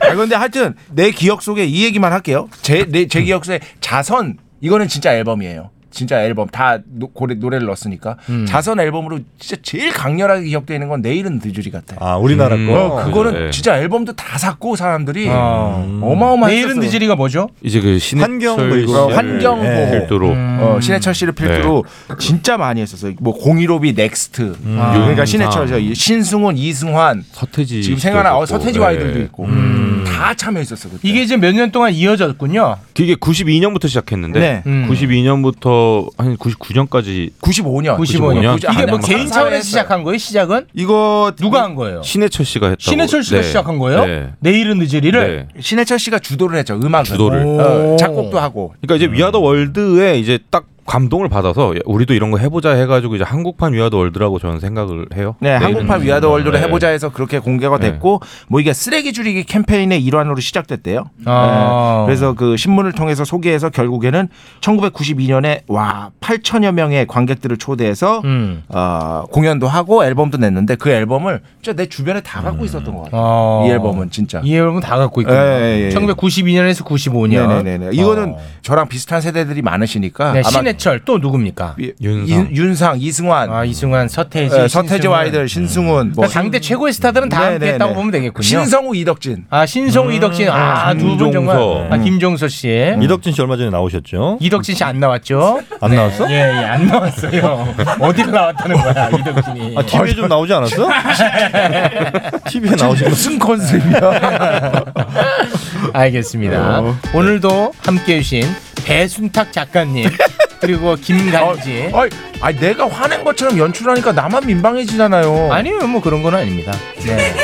N: 아 근데 하여튼 내 기억 속에 이 얘기만 할게요. 제 내 제 기억 속에 자선 이거는 진짜 앨범이에요. 진짜 앨범 다 노, 고래, 노래를 넣었으니까
K: 음.
N: 자선 앨범으로 진짜 제일 강렬하게 기억되는 건 내일은 늦으리 같아.
K: 아, 우리나라 거?
N: 어, 그거는
J: 그죠, 예.
N: 진짜 앨범도 다 샀고 사람들이 음.
J: 아.
N: 어마어마한.
J: 내일은
G: 늦으리가 뭐죠?
J: 이제 그 신해철
N: 환경보
J: 씨를
N: 이거 어, 환경보
J: 네. 필두로
N: 어, 신해철 씨를 필두로
J: 네.
N: 진짜 많이 했었어요. 뭐 공일오비 넥스트
J: 아.
N: 그러니까
J: 유흥상.
N: 신해철 씨, 신승훈 이승환
J: 서태지
N: 지금
J: 씨도
N: 생각나 어,
J: 있었고,
N: 서태지
J: 예.
N: 와이들도 있고
J: 음.
N: 다 참여했었어 그때.
G: 이게 이제 몇 년 동안 이어졌군요.
J: 이게 92년부터 시작했는데
N: 네. 음.
J: 92년부터 한 99년까지
N: 95년 아, 네.
G: 95년.
J: 95년
G: 이게 뭐 개인 차원에서 시작한 거예요? 시작은?
N: 이거
G: 누가 한
N: 네.
G: 거예요?
J: 신해철 씨가 했다고 네.
G: 신해철 씨가 시작한 거예요? 내일은 늦으리를
N: 신해철 씨가 주도를 했죠 음악을
J: 주도를.
N: 어, 작곡도 하고
J: 그러니까 이제 위아더 월드에 이제 딱 감동을 받아서 우리도 이런 거 해보자 해가지고 이제 한국판 위아더 월드라고 저는 생각을 해요.
N: 네,
J: 내일은
N: 한국판
J: 늦으리를.
N: 위아더 월드를
J: 네.
N: 해보자 해서 그렇게 공개가
J: 네.
N: 됐고 뭐 이게 쓰레기 줄이기 캠페인의 일환으로 시작됐대요.
G: 아.
N: 네, 그래서 그 신문을 통해서 소개해서 결국에는 1992년에 와 8천여 명의 관객들을 초대해서
G: 음.
N: 어, 공연도 하고 앨범도 냈는데 그 앨범을 진짜 내 주변에 다 갖고 있었던 것 같아요.
G: 어.
N: 이 앨범은 진짜.
G: 이 앨범은 다 갖고 있고.
N: 예, 예, 예.
G: 1992년에서 95년. 어.
N: 네네네. 이거는 저랑 비슷한 세대들이 많으시니까
G: 네,
N: 아마
G: 신해철 또 누굽니까?
N: 윤상.
G: 이승환. 아, 이승환, 서태지,
N: 예, 서태지
G: 신승훈.
N: 와이들 신승훈 뭐
G: 그러니까 당대 최고의 스타들은 다 함께
N: 네네네.
G: 했다고 보면 되겠군요.
N: 신성우, 이덕진.
G: 아, 신성우, 이덕진. 아, 두 분 정말. 아, 김종서 씨.
K: 음, 이덕진 씨 얼마 전에 나오셨죠?
G: 이덕진 씨 안 나왔죠?
K: 안 나왔어?
G: 예, 예, 안 나왔어요. 어디로 나왔다는 거야, 이덕진이.
K: 아, TV에 좀 나오지 않았어? TV에 나오신
N: 무슨
G: 네.
N: 컨셉이야?
G: 알겠습니다.
K: 어.
G: 오늘도 함께 해주신 배순탁 작가님, 그리고 김간지.
N: 어, 아, 내가 화낸 것처럼 연출하니까 나만 민망해지잖아요.
G: 아니요, 뭐 그런 건 아닙니다. 네.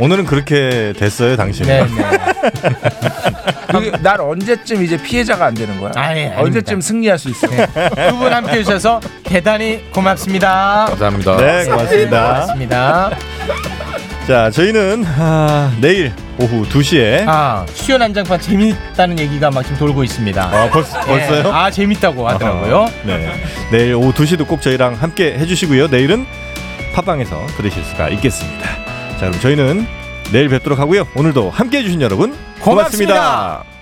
K: 오늘은 그렇게 됐어요, 당신.
G: 네,
N: 그게 날 언제쯤 이제 피해자가 안 되는 거야? 언제쯤 승리할 수 있어?
G: 네. 두 분 함께 해주셔서 대단히 고맙습니다.
J: 감사합니다.
K: 네, 고맙습니다.
G: 고맙습니다.
K: 자, 저희는 아, 내일 오후 2시에
G: 아, 수요 난장판 재밌다는 얘기가 막 지금 돌고 있습니다. 아,
K: 벌써, 벌써요?
G: 아, 재밌다고 하더라고요.
K: 어, 네. 내일 오후 2시도 꼭 저희랑 함께 해주시고요. 내일은 팟빵에서 들으실 수가 있겠습니다. 자, 그럼 저희는 내일 뵙도록 하고요. 오늘도 함께 해주신 여러분 고맙습니다.
G: 고맙습니다.